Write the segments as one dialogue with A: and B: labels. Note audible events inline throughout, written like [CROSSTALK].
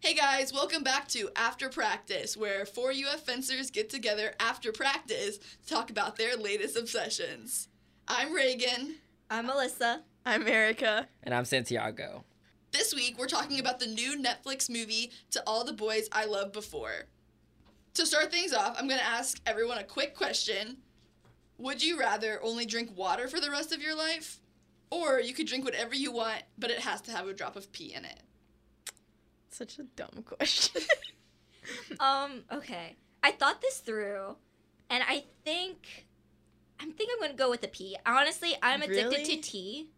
A: Hey guys, welcome back to After Practice, where four UF fencers get together after practice to talk about their latest obsessions. I'm Reagan.
B: I'm Melissa.
C: I'm Erica.
D: And I'm Santiago.
A: This week, we're talking about the new Netflix movie, To All the Boys I Loved Before. To start things off, I'm going to ask everyone a quick question Would you rather only drink water for the rest of your life? Or you could drink whatever you want, but it has to have a drop of pee in it?
C: Such a dumb [LAUGHS] question.
B: Um, okay. I thought this through, and I think I am think I'm gonna go with the pee. Honestly, I'm addicted
C: Really?
B: to tea.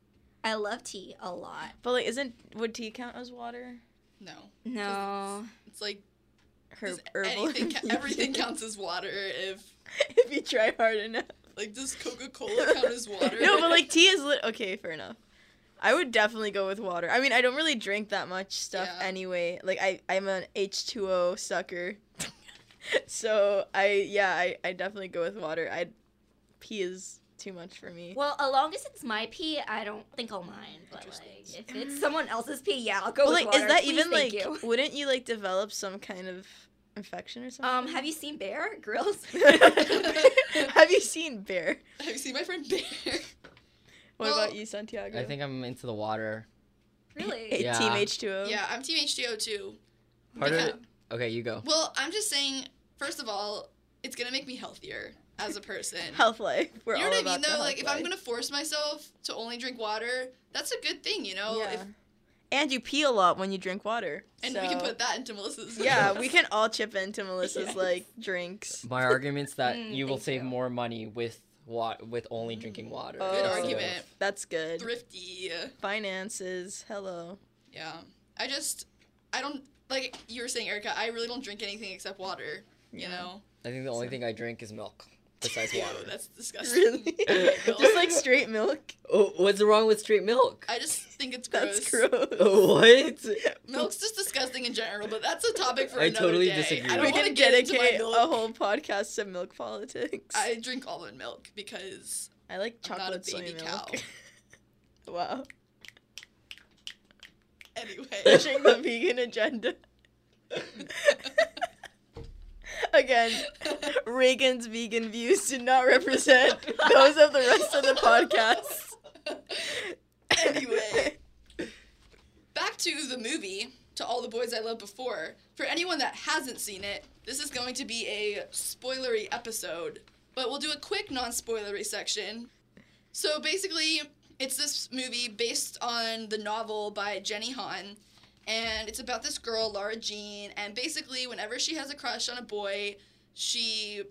B: I love tea a lot.
C: but like, isn't would tea count as water?
A: No.
B: No.
A: It's like
C: Her
A: does
C: [LAUGHS]
A: anything, ca- everything counts as water if
C: if you try hard enough.
A: Like, does Coca Cola count as water?
C: no, but like tea is lit. Okay, fair enough. I would definitely go with water. I mean, I don't really drink that much stuff
A: Yeah.
C: anyway. Like I, I'm an H two O sucker. [LAUGHS] so I, yeah, I, I definitely go with water. I, pee is too much for me.
B: Well, as long as it's my pee, I don't think I'll mind. But like,
A: Interesting.
B: if it's someone else's pee, yeah, I'll go
C: But
B: with
C: like,
B: water.
C: is that
B: Please,
C: even
B: thank
C: like? [LAUGHS]
B: you.
C: Wouldn't you like develop some kind of infection or
B: Um, [LAUGHS]
C: something?
B: have you seen Bear Grylls?
C: [LAUGHS] have you seen Bear?
A: [LAUGHS] Have you seen my friend Bear?
C: What
A: Well,
C: about you, Santiago?
D: I think I'm into the water.
B: really?
C: Hey,
D: Yeah.
C: Team H2O.
A: yeah, I'm Team HDO too.
D: Part of
A: Yeah.
D: it. Okay, you go.
A: Well, I'm just saying, first of all, it's gonna make me healthier as a person.
C: [LAUGHS] Health life. We're
A: you know
C: all
A: what I
C: about
A: mean
C: the
A: though?
C: health
A: Like, if
C: life.
A: I'm gonna force myself to only drink water, that's a good thing, you know?
C: Yeah.
A: If,
C: and you pee a lot when you drink water.
A: and we can
C: so-
A: put that into Melissa's.
C: [LAUGHS]
A: [LAUGHS]
C: Yeah, we can all chip into Melissa's
A: Yes.
C: like drinks.
D: My argument's that
B: Mm,
D: you will
B: thank
D: save
B: you.
D: more money with wa- with only drinking water.
C: Oh.
A: Good
D: instead of-
A: argument.
C: That's good.
A: Thrifty.
C: Finances. Hello.
A: Yeah. I just, I don't, like you were saying, Erica, I really don't drink anything except water, you
C: Yeah.
A: know?
D: I think the only thing I drink is milk.
A: [LAUGHS]
D: Besides
A: Ew,
D: water.
A: that's
C: [LAUGHS]
A: disgusting.
C: Really?
A: [LAUGHS] Milk.
C: Just like straight milk.
D: oh, what's wrong with straight milk?
A: I just think it's gross.
C: That's gross.
D: [LAUGHS] what?
A: Milk's just disgusting in general, but that's a topic for
D: I
A: another
D: totally
A: day.
D: disagree.
A: I don't
C: we
A: want to
C: can
A: get into my
C: dedicate a
A: milk.
C: whole podcast to milk politics.
A: I drink almond milk because
C: I like
A: I'm not a
C: chocolate soy
A: baby
C: milk. [LAUGHS] wow. [LAUGHS]
A: anyway.
C: Pushing the vegan agenda. Again, Reagan's vegan views do not represent those of the rest of the podcast.
A: [LAUGHS] Anyway. Back to the movie, to all the boys I loved before. For anyone that hasn't seen it, this is going to be a spoilery episode, but we'll do a quick non-spoilery section. So basically, it's this movie based on the novel by Jenny Han, and it's about this girl, Laura Jean, and basically, whenever she has a crush on a boy, she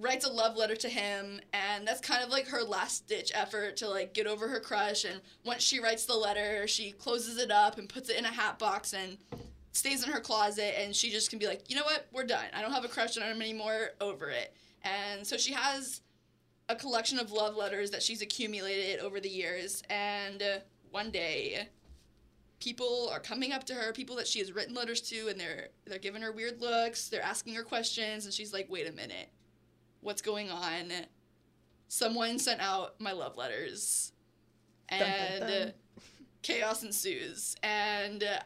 A: writes a love letter to him and that's kind of like her last ditch effort to like get over her crush and once she writes the letter she closes it up and puts it in a hat box and stays in her closet and she just can be like you know what we're done i don't have a crush on him anymore over it and so she has a collection of love letters that she's accumulated over the years and uh, one day people are coming up to her people that she has written letters to and they're they're giving her weird looks they're asking her questions and she's like wait a minute what's going on. Someone sent out my love letters,
C: Dun, dun,
A: and
C: dun.
A: uh, chaos ensues. And uh,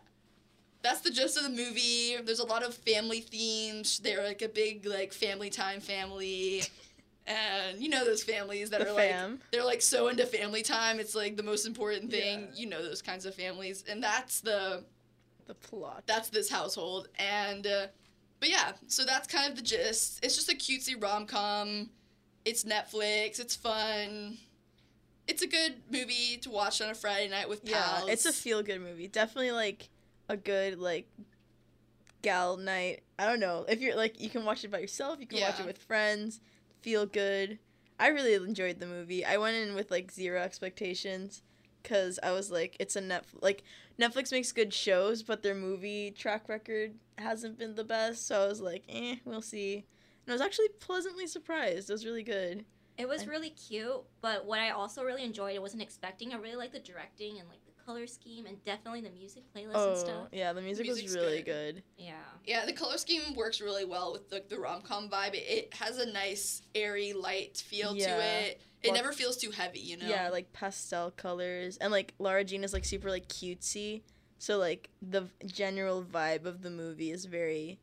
A: that's the gist of the movie. There's a lot of family themes. They're like a big like family time family, and you know those families that
C: The
A: are like
C: fam.
A: they're like so into family time. It's like the most important thing.
C: Yeah.
A: You know those kinds of families, and that's the
C: The plot.
A: that's this household and uh, but yeah so that's kind of the gist it's just a cutesy rom-com it's netflix it's fun it's a good movie to watch on a friday night with
C: yeah,
A: pals
C: it's a feel good movie. Definitely like a good like gal night. I don't know. If you're like you can watch it by yourself, you can watch
A: Yeah.
C: it with friends, feel good. I really enjoyed the movie. I went in with like zero expectations cuz I was like it's a Netflix like Netflix makes good shows, but their movie track record hasn't been the best, so I was like, "Eh, we'll see." And I was actually pleasantly surprised. It was really good.
B: [LAUGHS] It was
C: I-
B: really cute, but what I also really enjoyed, I wasn't expecting. I really liked the directing and like the color scheme, and definitely the music playlist and stuff.
C: Oh, yeah, the music was
A: music's
C: really
A: good.
C: good.
B: Yeah.
A: yeah the color scheme works really well with the, the rom-com vibe it, it has a nice airy light feel to
C: Yeah.
A: it it
C: Well,
A: never feels too heavy you know
C: Yeah, like pastel colors, and like Lara Jean is like super like cutesy, So like the v- general vibe of the movie is very,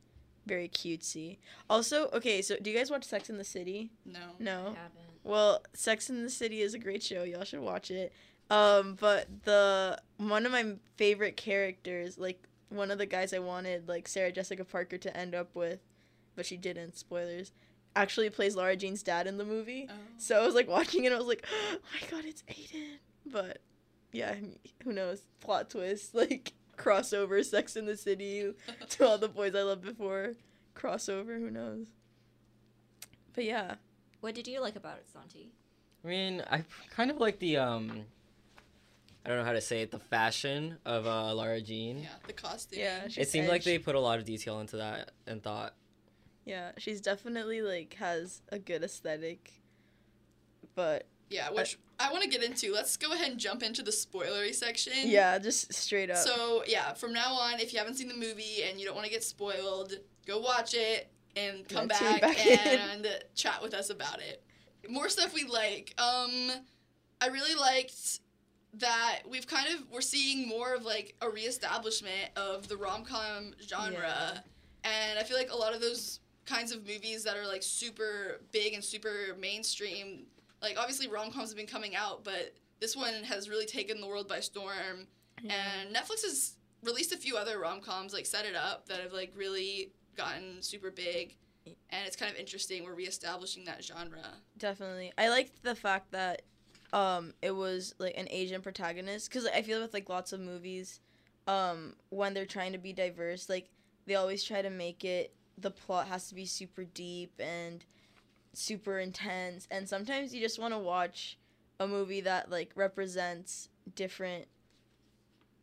C: very cutesy. Also, okay, so do you guys watch Sex in the City?
A: No.
C: No.
B: haven't.
C: Well, Sex in the City is a great show. Y'all should watch it. Um, but the one of my favorite characters, like one of the guys I wanted, like Sarah Jessica Parker to end up with, but she didn't. Spoilers. Actually, plays Laura Jean's dad in the movie.
A: Oh.
C: [LAUGHS] So I was like watching it. I was like, [GASPS] oh my god, it's Aiden. But yeah, I mean, who knows? Plot twist, [LAUGHS] like crossover, Sex in the City to all the boys I loved before. Crossover, who knows? But yeah.
B: What did you like about it,
A: [LAUGHS]
B: Santi?
D: I mean, I kind of like the um. I don't know how to say it. The fashion of uh, Lara Jean.
A: [LAUGHS] yeah, the costume.
C: Yeah, she's
D: it seemed like
C: edge.
D: they put a lot of detail into that and thought.
C: Yeah, she's definitely like has a good aesthetic, but
A: Yeah, which I want to get into. Let's go ahead and jump into the spoilery section.
C: yeah, just straight up.
A: So yeah, from now on, if you haven't seen the movie and you don't want to get spoiled, go watch it and come
C: Let's tune
A: back,
C: back in.
A: and [LAUGHS] chat with us about it. More stuff we like. Um, I really liked that we've kind of we're seeing more of like a reestablishment of the rom com genre,
C: Yeah.
A: and I feel like a lot of those kinds of movies that are like super big and super mainstream. Like obviously rom coms have been coming out, but this one has really taken the world by storm. And Netflix has released a few other rom coms like Set It Up that have like really gotten super big. And it's kind of interesting. We're reestablishing that genre.
C: definitely, I liked the fact that um it was like an Asian protagonist because I feel with like lots of movies, um when they're trying to be diverse, like they always try to make it the plot has to be super deep and super intense, and sometimes you just want to watch a movie that like represents different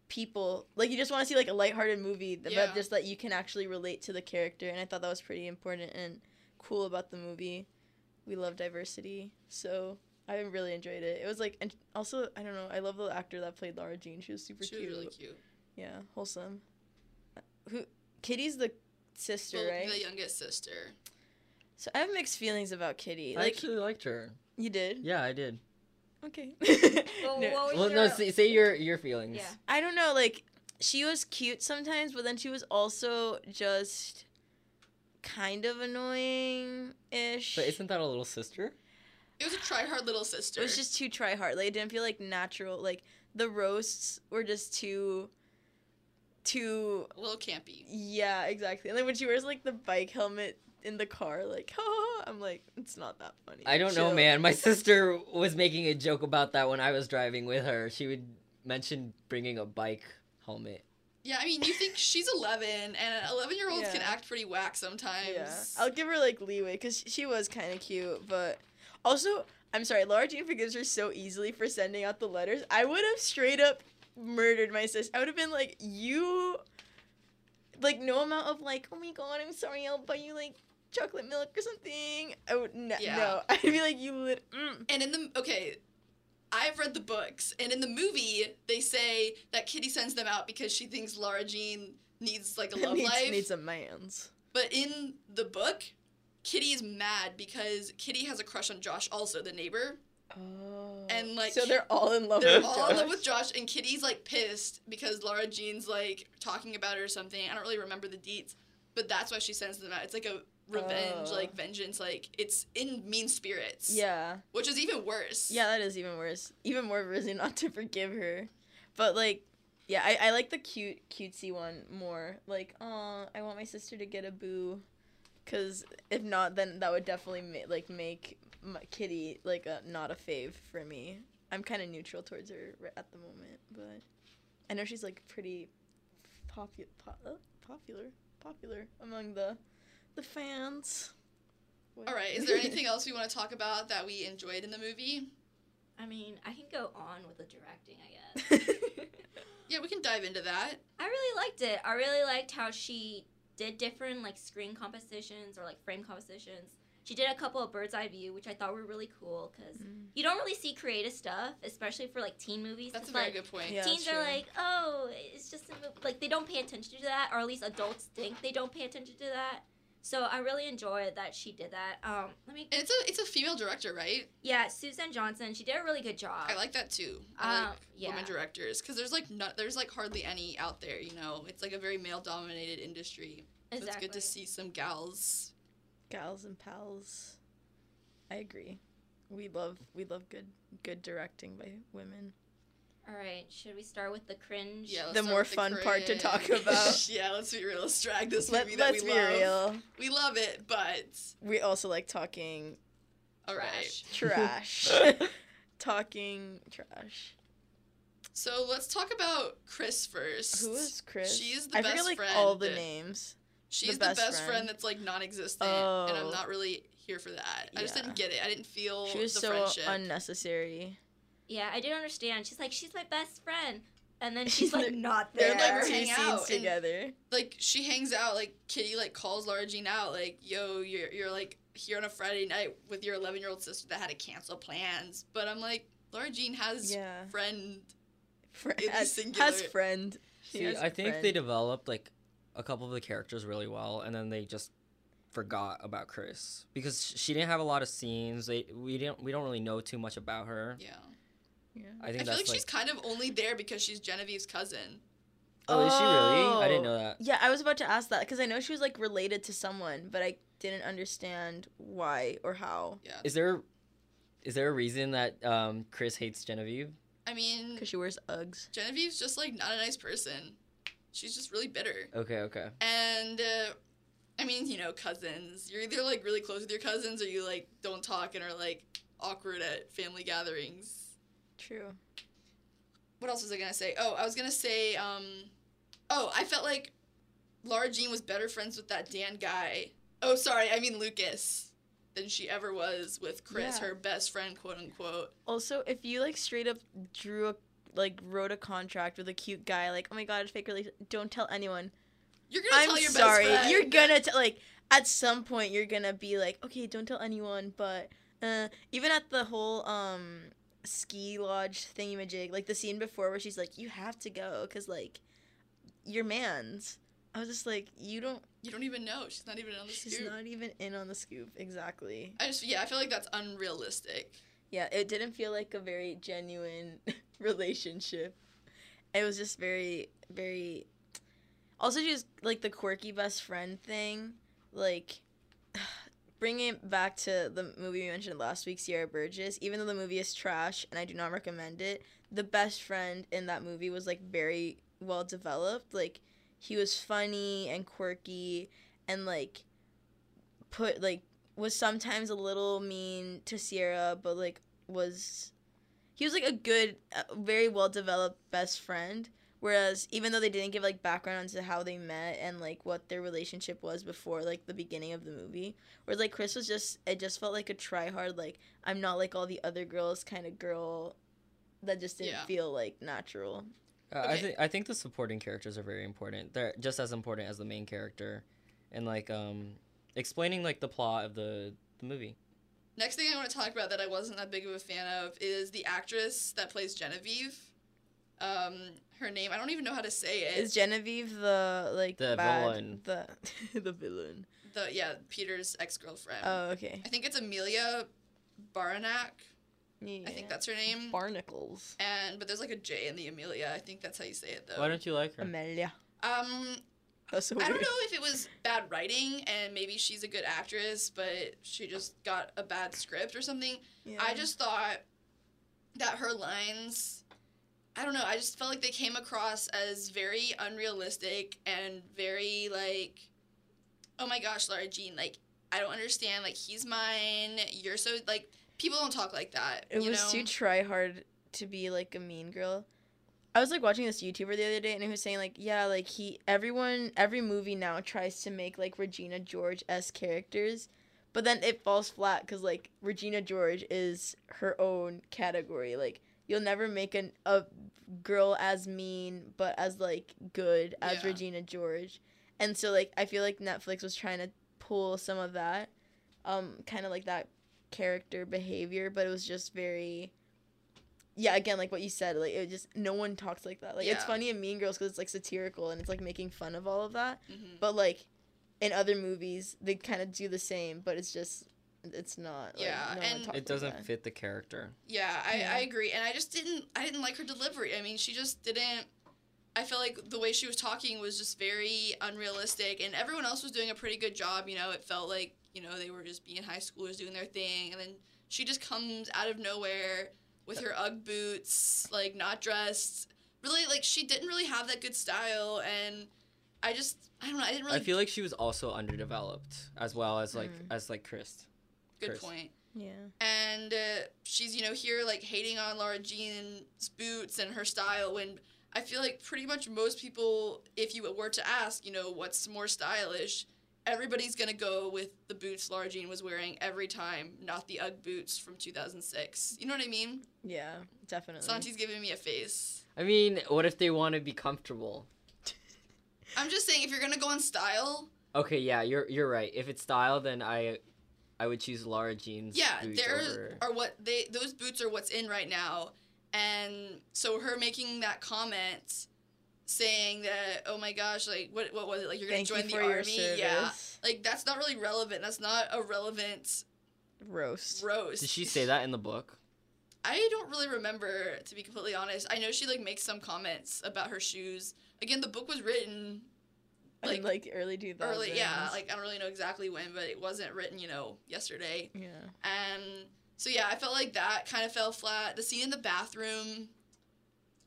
C: people like you just want to see like a lighthearted movie that
A: Yeah.
C: but just that you can actually relate to the character and i thought that was pretty important and cool about the movie we love diversity so i really enjoyed it it was like and also i don't know i love the actor that played lara jean she was super
A: She was
C: cute
A: really cute.
C: yeah wholesome who kitty's the sister
A: The-
C: right
A: The youngest sister.
C: so i have mixed feelings about kitty
D: I
C: like
D: actually liked her.
C: you did
D: Yeah, I did.
C: okay [LAUGHS]
B: Well,
C: No.
B: what was
D: Well, no,
B: your-
D: say, say your your feelings.
B: Yeah.
C: I don't know, like she was cute sometimes, but then she was also just kind of annoying ish.
D: But isn't that a little sister?
A: It was a try hard little sister.
C: it was just too try hard. Like it didn't feel like natural. Like the roasts were just too too
A: a little campy.
C: yeah, exactly. And then when she wears like the bike helmet in the car, like [LAUGHS] I'm like, it's not that funny.
D: I don't know,
C: Chill.
D: man. My sister was making a joke about that when I was driving with her. She would mention bringing a bike helmet.
A: Yeah, I mean, you think she's 11, and 11 year olds can
C: Yeah.
A: act pretty whack sometimes.
C: Yeah, I'll give her like leeway because she was kind of cute, but also I'm sorry, Laura Jean forgives her so easily for sending out the letters. I would have straight up murdered my sister. I would have been like, you, like no amount of like, oh my god, I'm sorry, I'll buy you like chocolate milk or something. I would n- no, [LAUGHS]
A: Yeah.
C: I'd be like, you lit. Mm.
A: And in the okay, I've read the books, and in the movie they say that Kitty sends them out because she thinks Lara Jean needs
C: [LAUGHS]
A: like a love
C: needs,
A: life.
C: needs a man's.
A: But in the book, Kitty is mad because Kitty has a crush on Josh, also the neighbor.
C: Oh.
A: And, like,
C: so they're all in love.
B: [LAUGHS]
A: They're
C: with
A: all in love
C: Josh.
A: with Josh, and Kitty's like pissed because Laura Jean's like talking about it or something. I don't really remember the deets, but that's why she sends them out. It's like a revenge,
C: Oh.
A: like vengeance, like it's in mean spirits.
C: Yeah.
A: Which is even worse.
C: Yeah, that is even worse. Even more reason not to forgive her. But like, yeah, I, I like the cute cutesy one more. Like, oh, I want my sister to get a boo, because if not, then that would definitely ma- like make my Kitty like a not a fave for me. I'm kind of neutral towards her ri- at the moment, but I know she's like pretty popular, po- uh, popular, popular among the the fans.
A: All right.
C: [LAUGHS]
A: Is there anything else we want to talk about that we enjoyed in the movie?
B: I mean, I can go on with the directing, I guess.
A: Yeah, we can dive into that.
B: I really liked it. I really liked how she did different like screen compositions or like frame compositions. She did a couple of bird's eye view, which I thought were really cool because
A: Mm-hmm.
C: Mm.
B: you don't really see creative stuff, especially for like teen movies.
A: That's a
B: It's
A: very
B: like,
A: good point.
C: Yeah.
B: teens
C: that's
B: are
C: true.
B: like, oh, it's just a movie. like they don't pay attention to that, or at least adults think they don't pay attention to that. So I really enjoyed that she did that. Um, let me.
A: And it's a it's a female director, right?
B: Yeah, Susan Johnson. She did a really good job.
A: I like that too. I like
B: Um, yeah.
A: women directors because there's like not there's like hardly any out there. You know, it's like a very male dominated industry. So It's
B: Exactly.
A: good to see some gals.
C: Gals and pals. I agree. We love we love good good directing by women.
B: All right, should we start with the cringe?
A: Yeah, let's
C: The
A: start
C: more
A: with
C: fun part to [LAUGHS] talk
A: cringe.
C: about.
A: yeah, let's be real. Let's drag this
C: Let,
A: movie that
C: let's
A: we
C: be
A: love.
C: real.
A: We love it, but
C: We also like talking
A: all right.
B: Trash.
C: trash.
A: [LAUGHS]
C: [LAUGHS] talking trash.
A: So let's talk about Chris first.
C: Who is Chris?
A: She's the
C: I forget
A: best
C: like
A: friend.
C: all the names.
A: She's the best,
C: best
A: friend.
C: friend.
A: that's like non-existent, and I'm
C: Oh.
A: not really here for that. I just
C: Yeah.
A: didn't get it. I didn't feel
C: She was
A: the
C: so
A: friendship.
C: unnecessary.
B: Yeah, I didn't understand. She's like, she's my best friend, and then she's like,
C: They're-
B: not
C: They're
B: there.
A: They're like
C: like two
A: hang
C: scenes
A: out and-
C: together.
A: like she hangs out. Like Kitty like calls Lara Jean out. Like yo, you're you're like here on a Friday night with your 11 year old sister that had to cancel plans. But I'm like Lara Jean has
C: Yeah.
A: friend.
C: Fri-
A: In the
C: [LAUGHS] has,
A: singular.
C: has friend. She
D: See,
C: has
D: I think
C: friend.
D: they developed like a couple of the characters really well, and then they just forgot about Chris because sh- she didn't have a lot of scenes. They we didn't we don't really know too much about her.
A: Yeah,
C: Yeah.
D: I
A: I,
D: think
A: feel
D: that's
A: like,
D: like,
A: she's kind of only there because she's Genevieve's cousin.
D: oh, is she really? I didn't know
C: Oh.
D: that.
C: Yeah, I was about to ask that because I know she was like related to someone, but I didn't understand why or how
A: Yeah,
D: Is there is there a reason that um, Chris hates Genevieve?
A: I mean
C: because she wears Uggs.
A: Genevieve's just like not a nice person. She's just really bitter.
D: Okay, okay.
A: And uh, I mean, you know, cousins. You're either like really close with your cousins or you like don't talk and are like awkward at family gatherings.
C: True.
A: What else was I gonna say? Oh, I was gonna say, um, oh, I felt like Lara Jean was better friends with that Dan guy. Oh, sorry, I mean Lucas than she ever was with Chris,
C: Yeah.
A: her best friend, quote unquote.
C: Also, if you like straight up drew a like wrote a contract with a cute guy, like oh my god, fake relationship, don't tell anyone.
A: You're gonna
C: I'm
A: tell your
C: sorry,
A: best friend.
C: you're gonna t- like at some point you're gonna be like, okay, don't tell anyone, but uh, even at the whole um ski lodge thingamajig, like the scene before where she's like, you have to go because like you're man's. I was just like, you don't.
A: You don't even know. She's not even on the
C: She's
A: Oh, scoop.
C: not even in on the scoop exactly.
A: I just yeah, I feel like that's unrealistic.
C: Yeah, it didn't feel like a very genuine [LAUGHS] relationship. It was just very, very. Also, just like the quirky best friend thing, like [SIGHS] bringing it back to the movie we mentioned last week, Sierra Burgess. Even though the movie is trash and I do not recommend it, the best friend in that movie was like very well developed. Like he was funny and quirky, and like put like was sometimes a little mean to Sierra, but like was he was like a good, uh, very well developed best friend. Whereas even though they didn't give like background into how they met and like what their relationship was before like the beginning of the movie, whereas like Chris was just it just felt like a try hard like I'm not like all the other girls kind of girl that just didn't
A: Yeah.
C: feel like natural.
D: Uh, I
A: Okay.
D: think I think the supporting characters are very important. They're just as important as the main character, and like um, explaining like the plot of the the movie.
A: Next thing I want to talk about that I wasn't that big of a fan of is the actress that plays Genevieve. Um, her name I don't even know how to say it.
C: Is Genevieve the like
D: The
C: bad,
D: villain.
C: the [LAUGHS] the villain?
A: the yeah Peter's ex girlfriend.
C: Oh okay.
A: I think it's Amelia Barnack.
C: Yeah.
A: I think that's her name.
C: Barnacles.
A: and but there's like a J in the Amelia. I think that's how you say it though.
D: Why don't you like her?
C: Amelia.
A: um,
C: That's so
A: I don't
C: weird.
A: know if it was bad writing and maybe she's a good actress, but she just got a bad script or something. I just thought that her lines, I don't know, I just felt like they came across as very unrealistic and very like, oh my gosh, Lara Jean, like, I don't understand. Like, he's mine. You're so, like, people don't talk like that.
C: it
A: you
C: was
A: know?
C: too try hard to be like a mean girl. I was like watching this YouTuber the other day and he was saying like yeah like he everyone every movie now tries to make like Regina George s characters, but then it falls flat because like Regina George is her own category like you'll never make an a girl as mean but as like good as
A: Yeah.
C: Regina George, and so like I feel like Netflix was trying to pull some of that, um kind of like that character behavior, but it was just very, yeah, again, like what you said, like it just no one talks like that. Like it's
A: Yeah.
C: funny in Mean Girls because it's like satirical and it's like making fun of all of that,
A: Mhm.
C: but like in other movies they kind of do the same, but it's just it's not. like,
A: Yeah,
C: no one
A: and-
C: talks like
D: It doesn't
C: that.
D: fit the character.
A: Yeah, I,
C: Yeah.
A: I agree. And I just didn't I didn't like her delivery. I mean, she just didn't I felt like the way she was talking was just very unrealistic and everyone else was doing a pretty good job, you know. It felt like, you know, they were just being high schoolers doing their thing and then she just comes out of nowhere with her Ugg boots, like not dressed. Really like she didn't really have that good style and I just I don't know, I didn't really
D: I feel like she was also underdeveloped as well as like
C: Mm.
D: as like Chris.
A: good
D: Chris.
A: point.
C: Yeah.
A: and uh, she's you know here like hating on Laura Jean's boots and her style when I feel like pretty much most people if you were to ask you know what's more stylish everybody's gonna go with the boots Laura Jean was wearing every time not the UGG boots from 2006 you know what I mean
C: Yeah. Definitely.
A: Santi's giving me a face
D: I mean, what if they want to be comfortable?
A: I'm just saying if you're gonna go on style
D: Okay, yeah, you're you're right. If it's style, then I I would choose Lara Jean's
A: yeah
D: boots
A: there
D: over.
A: are what they those boots are what's in right now and so her making that comment saying that oh my gosh like what what was it like you're gonna
C: Thank
A: join
C: you
A: the
C: for your
A: army
C: service.
A: yeah like that's not really relevant that's not a relevant
C: Roast.
A: roast
D: Did she say that in the book?
A: i don't really remember to be completely honest i know she like makes some comments about her shoes again the book was written
C: like,
A: like,
C: in, [LAUGHS] like early 2000s.
A: early yeah like i don't really know exactly when but it wasn't written you know yesterday
C: yeah.
A: Um, so yeah, I felt like that kind of fell flat. The scene in the bathroom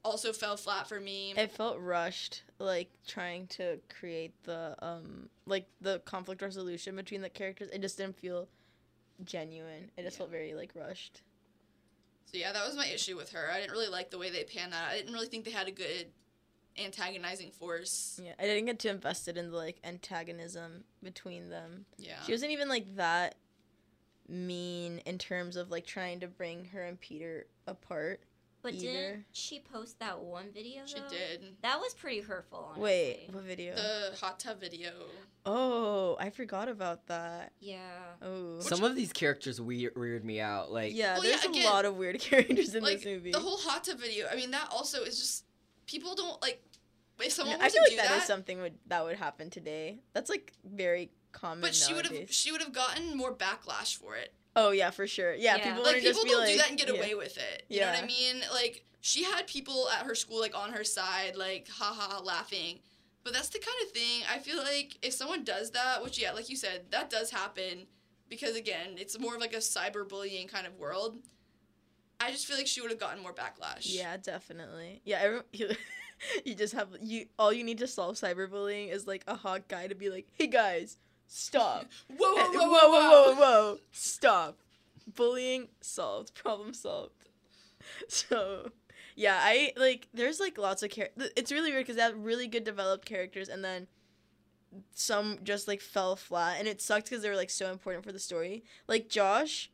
A: also fell flat for me.
C: It felt rushed, like trying to create the um like the conflict resolution between the characters. It just didn't feel genuine. It just
A: Yeah.
C: felt very like rushed.
A: so yeah, that was my issue with her. I didn't really like the way they panned that. I didn't really think they had a good antagonizing force.
C: Yeah. I didn't get too invested in the like antagonism between them.
A: Yeah.
C: She wasn't even like that mean in terms of like trying to bring her and Peter apart.
B: But
C: Either.
B: didn't she post that one video?
A: She
B: though?
A: did.
B: That was pretty hurtful. Honestly.
C: Wait, what video?
A: The hot tub video.
C: oh, I forgot about that.
B: Yeah.
C: Oh.
D: Some of these characters weird, weird me out. Like
C: yeah,
A: Well, yeah,
C: there's
A: again,
C: a lot of weird [LAUGHS] characters in
A: like
C: this movie.
A: the whole hot tub video. I mean, that also is just people don't like if
C: No,
A: someone were
C: I
A: to
C: feel like
A: do
C: that
A: that.
C: is something would that would happen today. That's like very common.
A: but she would have
C: nowadays.
A: she would have gotten more backlash for it.
C: Oh yeah, for sure. Yeah,
B: Yeah.
C: people
A: like
C: would
A: people
C: just be
A: don't
C: like,
A: do that and get
C: yeah.
A: away with it. You know what I
C: Yeah.
A: mean? Like she had people at her school like on her side, like haha laughing. But that's the kind of thing I feel like if someone does that, which yeah, like you said, that does happen because again, it's more of like a cyberbullying kind of world. I just feel like she would have gotten more backlash.
C: Yeah, definitely. Yeah, every, [LAUGHS] you, you just have you. All you need to solve cyberbullying is like a hot guy to be like, "Hey guys, stop!
A: Whoa, whoa,
C: Hey,
A: whoa, whoa, whoa,
C: Eh, whoa, whoa, stop! Bullying solved. Problem solved." [LAUGHS] So, yeah, I like. There's like lots of characters. It's really weird because they have really good developed characters, and then some just like fell flat, and it sucked because they were like so important for the story. Like Josh,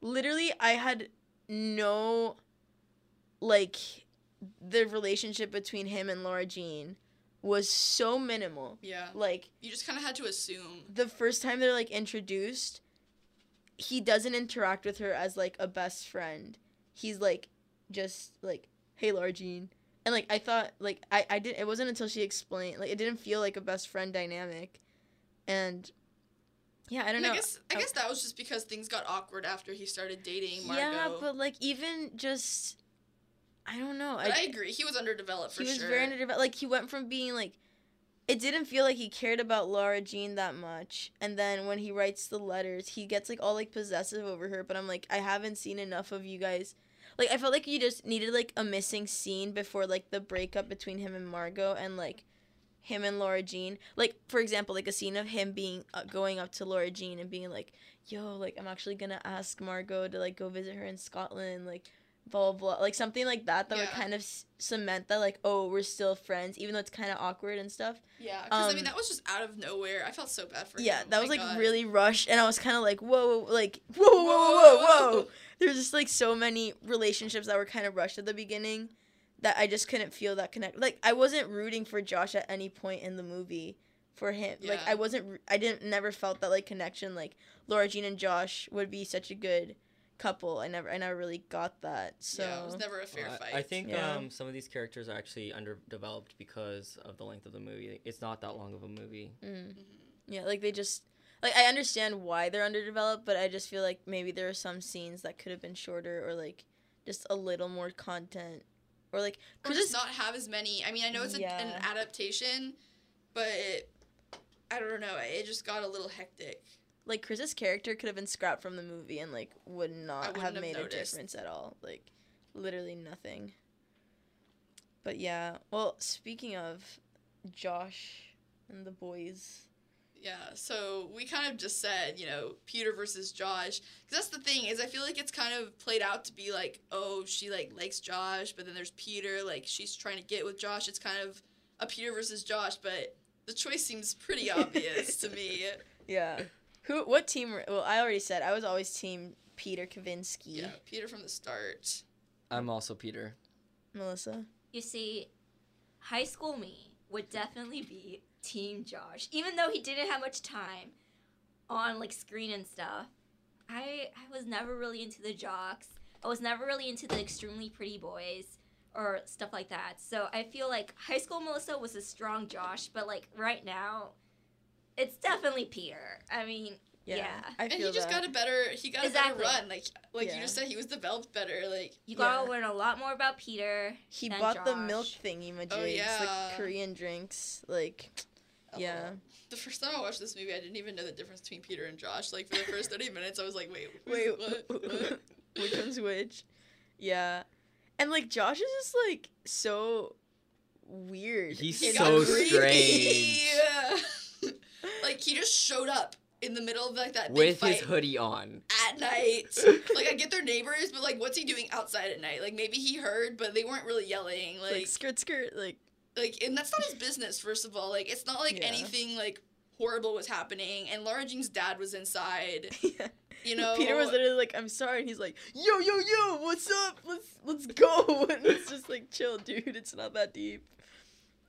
C: literally, I had no like the relationship between him and Laura Jean was so minimal.
A: Yeah.
C: Like
A: You just kind of had to assume.
C: the first time they're like introduced, he doesn't interact with her as like a best friend. He's like just like, "Hey Laura Jean." And like I thought like I I didn't it wasn't until she explained like it didn't feel like a best friend dynamic. And yeah, I don't
A: And
C: know.
A: I guess I
C: Oh.
A: guess that was just because things got awkward after he started dating Margot.
C: yeah, but like even just I don't know.
A: But I, agree. He was underdeveloped for
C: he was
A: sure.
C: very underdeveloped. Like he went from being like, it didn't feel like he cared about Laura Jean that much. And then when he writes the letters, he gets like all like possessive over her. But I'm like, I haven't seen enough of you guys. Like I felt like you just needed like a missing scene before like the breakup between him and Margot and like him and Laura Jean. Like for example, like a scene of him being uh, going up to Laura Jean and being like, "Yo, like I'm actually gonna ask Margot to like go visit her in Scotland." Like blah blah, blah. like something like that that would
A: Yeah.
C: kind of s- cement that like oh we're still friends even though it's kind of awkward and stuff
A: Yeah, because I mean
C: Um,
A: that was just out of nowhere. I felt so bad for
C: yeah
A: him.
C: that
A: My
C: was like
A: God.
C: really rushed and i was kind of like whoa whoa, like whoa whoa whoa whoa, whoa. there's just like so many relationships that were kind of rushed at the beginning that i just couldn't feel that connect like i wasn't rooting for josh at any point in the movie for him like
A: Yeah.
C: i wasn't ru- i didn't never felt that like connection like laura jean and josh would be such a good couple i never i never really got that so
A: yeah, it was never a fair
D: Well, I-
A: fight.
D: I think
C: Yeah.
D: um, some of these characters are actually underdeveloped because of the length of the movie. It's not that long of a movie.
C: mm,
A: Mhm.
C: Yeah, like they just like I understand why they're underdeveloped, but I just feel like maybe there are some scenes that could have been shorter or like just a little more content or like
A: Or
C: cuz
A: just
C: it's
A: not have as many. I mean, I know it's a, an
C: Yeah.
A: adaptation, but it, I don't know. It just got a little hectic.
C: like Chris's character could have been scrapped from the movie and like would not
A: wouldn't
C: have
A: have
C: made a
A: noticed.
C: difference at all. Like literally nothing. But yeah, well, speaking of Josh and the boys,
A: Yeah, so we kind of just said, you know, Peter versus Josh. Because that's the thing is, I feel like it's kind of played out to be like, oh, she like likes Josh, but then there's Peter, like she's trying to get with Josh. It's kind of a Peter versus Josh, but the choice seems pretty obvious to me.
C: [LAUGHS]
A: [LAUGHS]
C: yeah. Who what team were- well, I already said I was always team Peter Kavinsky.
A: Yeah, Peter from the start.
D: I'm also Peter.
C: Melissa.
B: You see, high school me would definitely be Team Josh, even though he didn't have much time on like screen and stuff. I I was never really into the jocks. I was never really into the extremely pretty boys or stuff like that. So I feel like high school Melissa was a strong Josh, but like right now, it's definitely Peter. I mean,
C: Yeah.
B: Yeah.
C: I
A: And
C: feel
A: he just
C: that.
A: got a better he got a better
B: Exactly.
A: run. Like like
C: Yeah.
A: you just said, he was developed better. Like
B: you gotta
C: Yeah.
B: learn a lot more about Peter.
C: He
B: than
C: bought the
B: Josh.
C: milk thingy majigs,
A: Oh, yeah. Oh.
C: like Korean drinks, like yeah.
A: The first time I watched this movie, I didn't even know the difference between Peter and Josh. Like for the first thirty minutes, I was like, wait, who's-
C: Wait, [LAUGHS]
A: what, what? [LAUGHS]
C: which one's which? Yeah, and like Josh is just like so weird.
D: He's
A: It
C: and
A: got
D: so
A: creepy.
D: strange.
A: [LAUGHS] like he just showed up in the middle of like that big
D: With
A: fight
D: his hoodie on.
A: at night. like I get their neighbors, but like what's he doing outside at night? Like maybe he heard, but they weren't really yelling.
C: [LAUGHS] Like,
A: Like
C: skirt skirt like [LAUGHS]
A: like and that's not his business first of all like it's not like
C: Yeah.
A: anything like horrible was happening and laura jean's dad was inside
C: yeah.
A: you know
C: [LAUGHS] Peter was literally like I'm sorry and he's like yo yo yo what's up let's let's go [LAUGHS] and it's just like chill dude it's not that deep.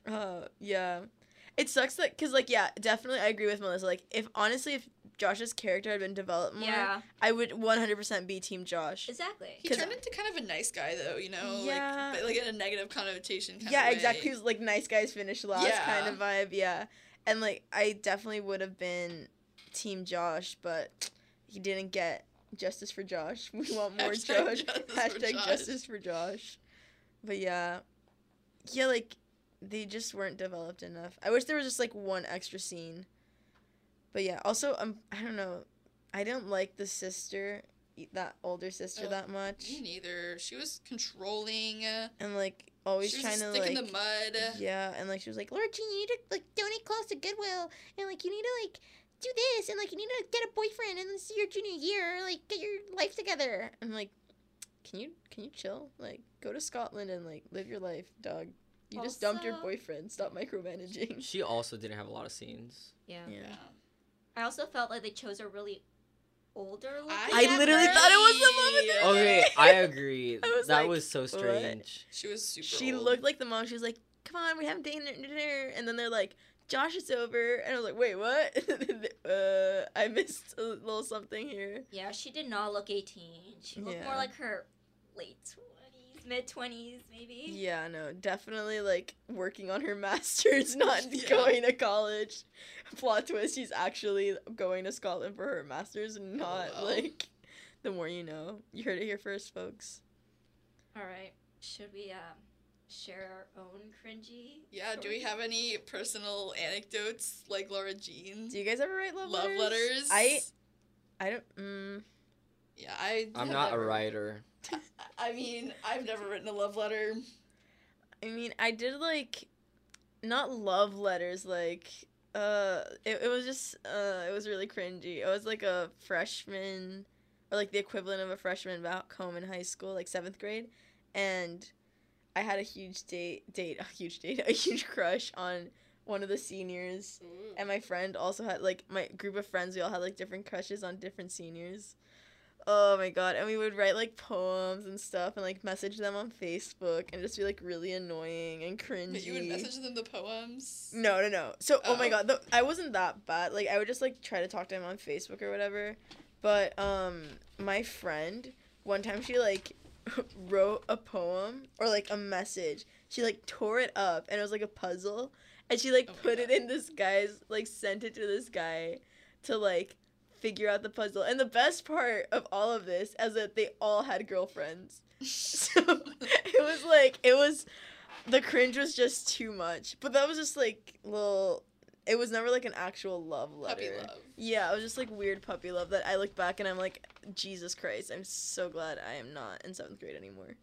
C: Uh yeah, it sucks that because like yeah definitely I agree with Melissa like if honestly if Josh's character had been developed more
B: Yeah,
C: I would 100% be Team Josh.
B: exactly.
A: he
C: 'cause-
A: turned into kind of a nice guy though you know
C: Yeah.
A: like but like in a negative connotation kind
C: yeah,
A: of way.
C: exactly. It was like nice guys finish last
A: Yeah.
C: kind of vibe. Yeah, and like I definitely would have been Team Josh, but he didn't get justice for Josh. [LAUGHS] We want more
A: Hashtag
C: Josh.
A: justice for
C: Hashtag
A: Josh.
C: justice for Josh. But yeah, yeah, like they just weren't developed enough. I wish there was just like one extra scene. But yeah, also um, I don't know, I don't like the sister, that older sister,
A: Oh.
C: that much,
A: me neither she was controlling
C: and like
A: she
C: always
A: was
C: trying
A: just
C: to
A: stick
C: like.
A: in the mud
C: Yeah, and like she was like, Laura Jean, you need to like donate clothes to Goodwill, and like you need to like do this, and like you need to get a boyfriend, and this is your junior year, like get your life together. I'm like, can you can you chill? Like go to Scotland and like live your life, dog. You just dumped your
B: Also-
C: boyfriend.
D: [LAUGHS]
C: Stop micromanaging.
D: She also didn't have a lot
A: [LAUGHS]
D: of scenes.
B: Yeah.
C: Yeah.
B: I also felt like they chose a really older look.
A: I
C: I literally thought it was the mom and
A: Yeah.
C: dad.
D: Okay, I
A: [LAUGHS]
C: [LAUGHS]
D: agree.
C: I was
D: that
C: like,
D: was so strange.
A: she was super
C: She
A: old.
C: looked like the mom. She was like, "Come on, we have dinner, dinner," and then they're like, "Josh, it's over," and I was like, "Wait, what? [LAUGHS] uh, I missed a little something here."
B: [LAUGHS] Yeah, she did not look 18. She looked
C: Yeah.
B: more like her late 20s, mid 20s, maybe.
C: Yeah, no, definitely like working on
A: [LAUGHS]
C: her [LAUGHS] master's, not
A: Yeah.
C: going to college. Plot twist: she's actually going to Scotland for her master's, not
A: Oh, wow.
C: like the more you know. You heard it here first, folks.
B: All right. Should we um, share our own cringy?
A: yeah do we
B: stories?
A: have any personal anecdotes like laura jean
C: Do you guys ever write love,
A: love
C: letters?
A: letters
C: I I don't. Mm,
A: yeah i
D: I'm
A: have
D: not a
A: never- [LAUGHS]
D: writer.
A: I mean, I've never written a love letter.
C: I mean, I did like, not love letters. Like, uh, it, it was just uh, it was really cringy. It was like a freshman, or like the equivalent of a freshman back home in high school, like seventh grade, and I had a huge date, date, [LAUGHS] a huge date, a huge crush on one of the seniors.
A: Mm.
C: And my friend also had like my group of friends. We all had like different crushes on different seniors. Oh my god! And we would write like poems and stuff, and like message them on Facebook, and just be like really annoying and cringy.
A: But you would message them the poems.
C: No, no, no. So, oh, my
A: Oh.
C: god, th- I wasn't that bad. Like, I would just like try to talk to him on Facebook or whatever. But um, my friend, one time she like [LAUGHS] wrote a poem or like a message. She like tore it up, and it was like a puzzle. and she like
A: Oh my
C: put
A: God.
C: it in this guy's like sent it to this guy to like figure out the puzzle. And the best part of all of this is that they all had girlfriends. [LAUGHS] So it was like it was the cringe was just too much. But that was just like little it was never like an actual love letter.
A: Puppy love.
C: Yeah, it was just like weird puppy love that I look back and I'm like, Jesus Christ, I'm so glad I am not in seventh grade anymore.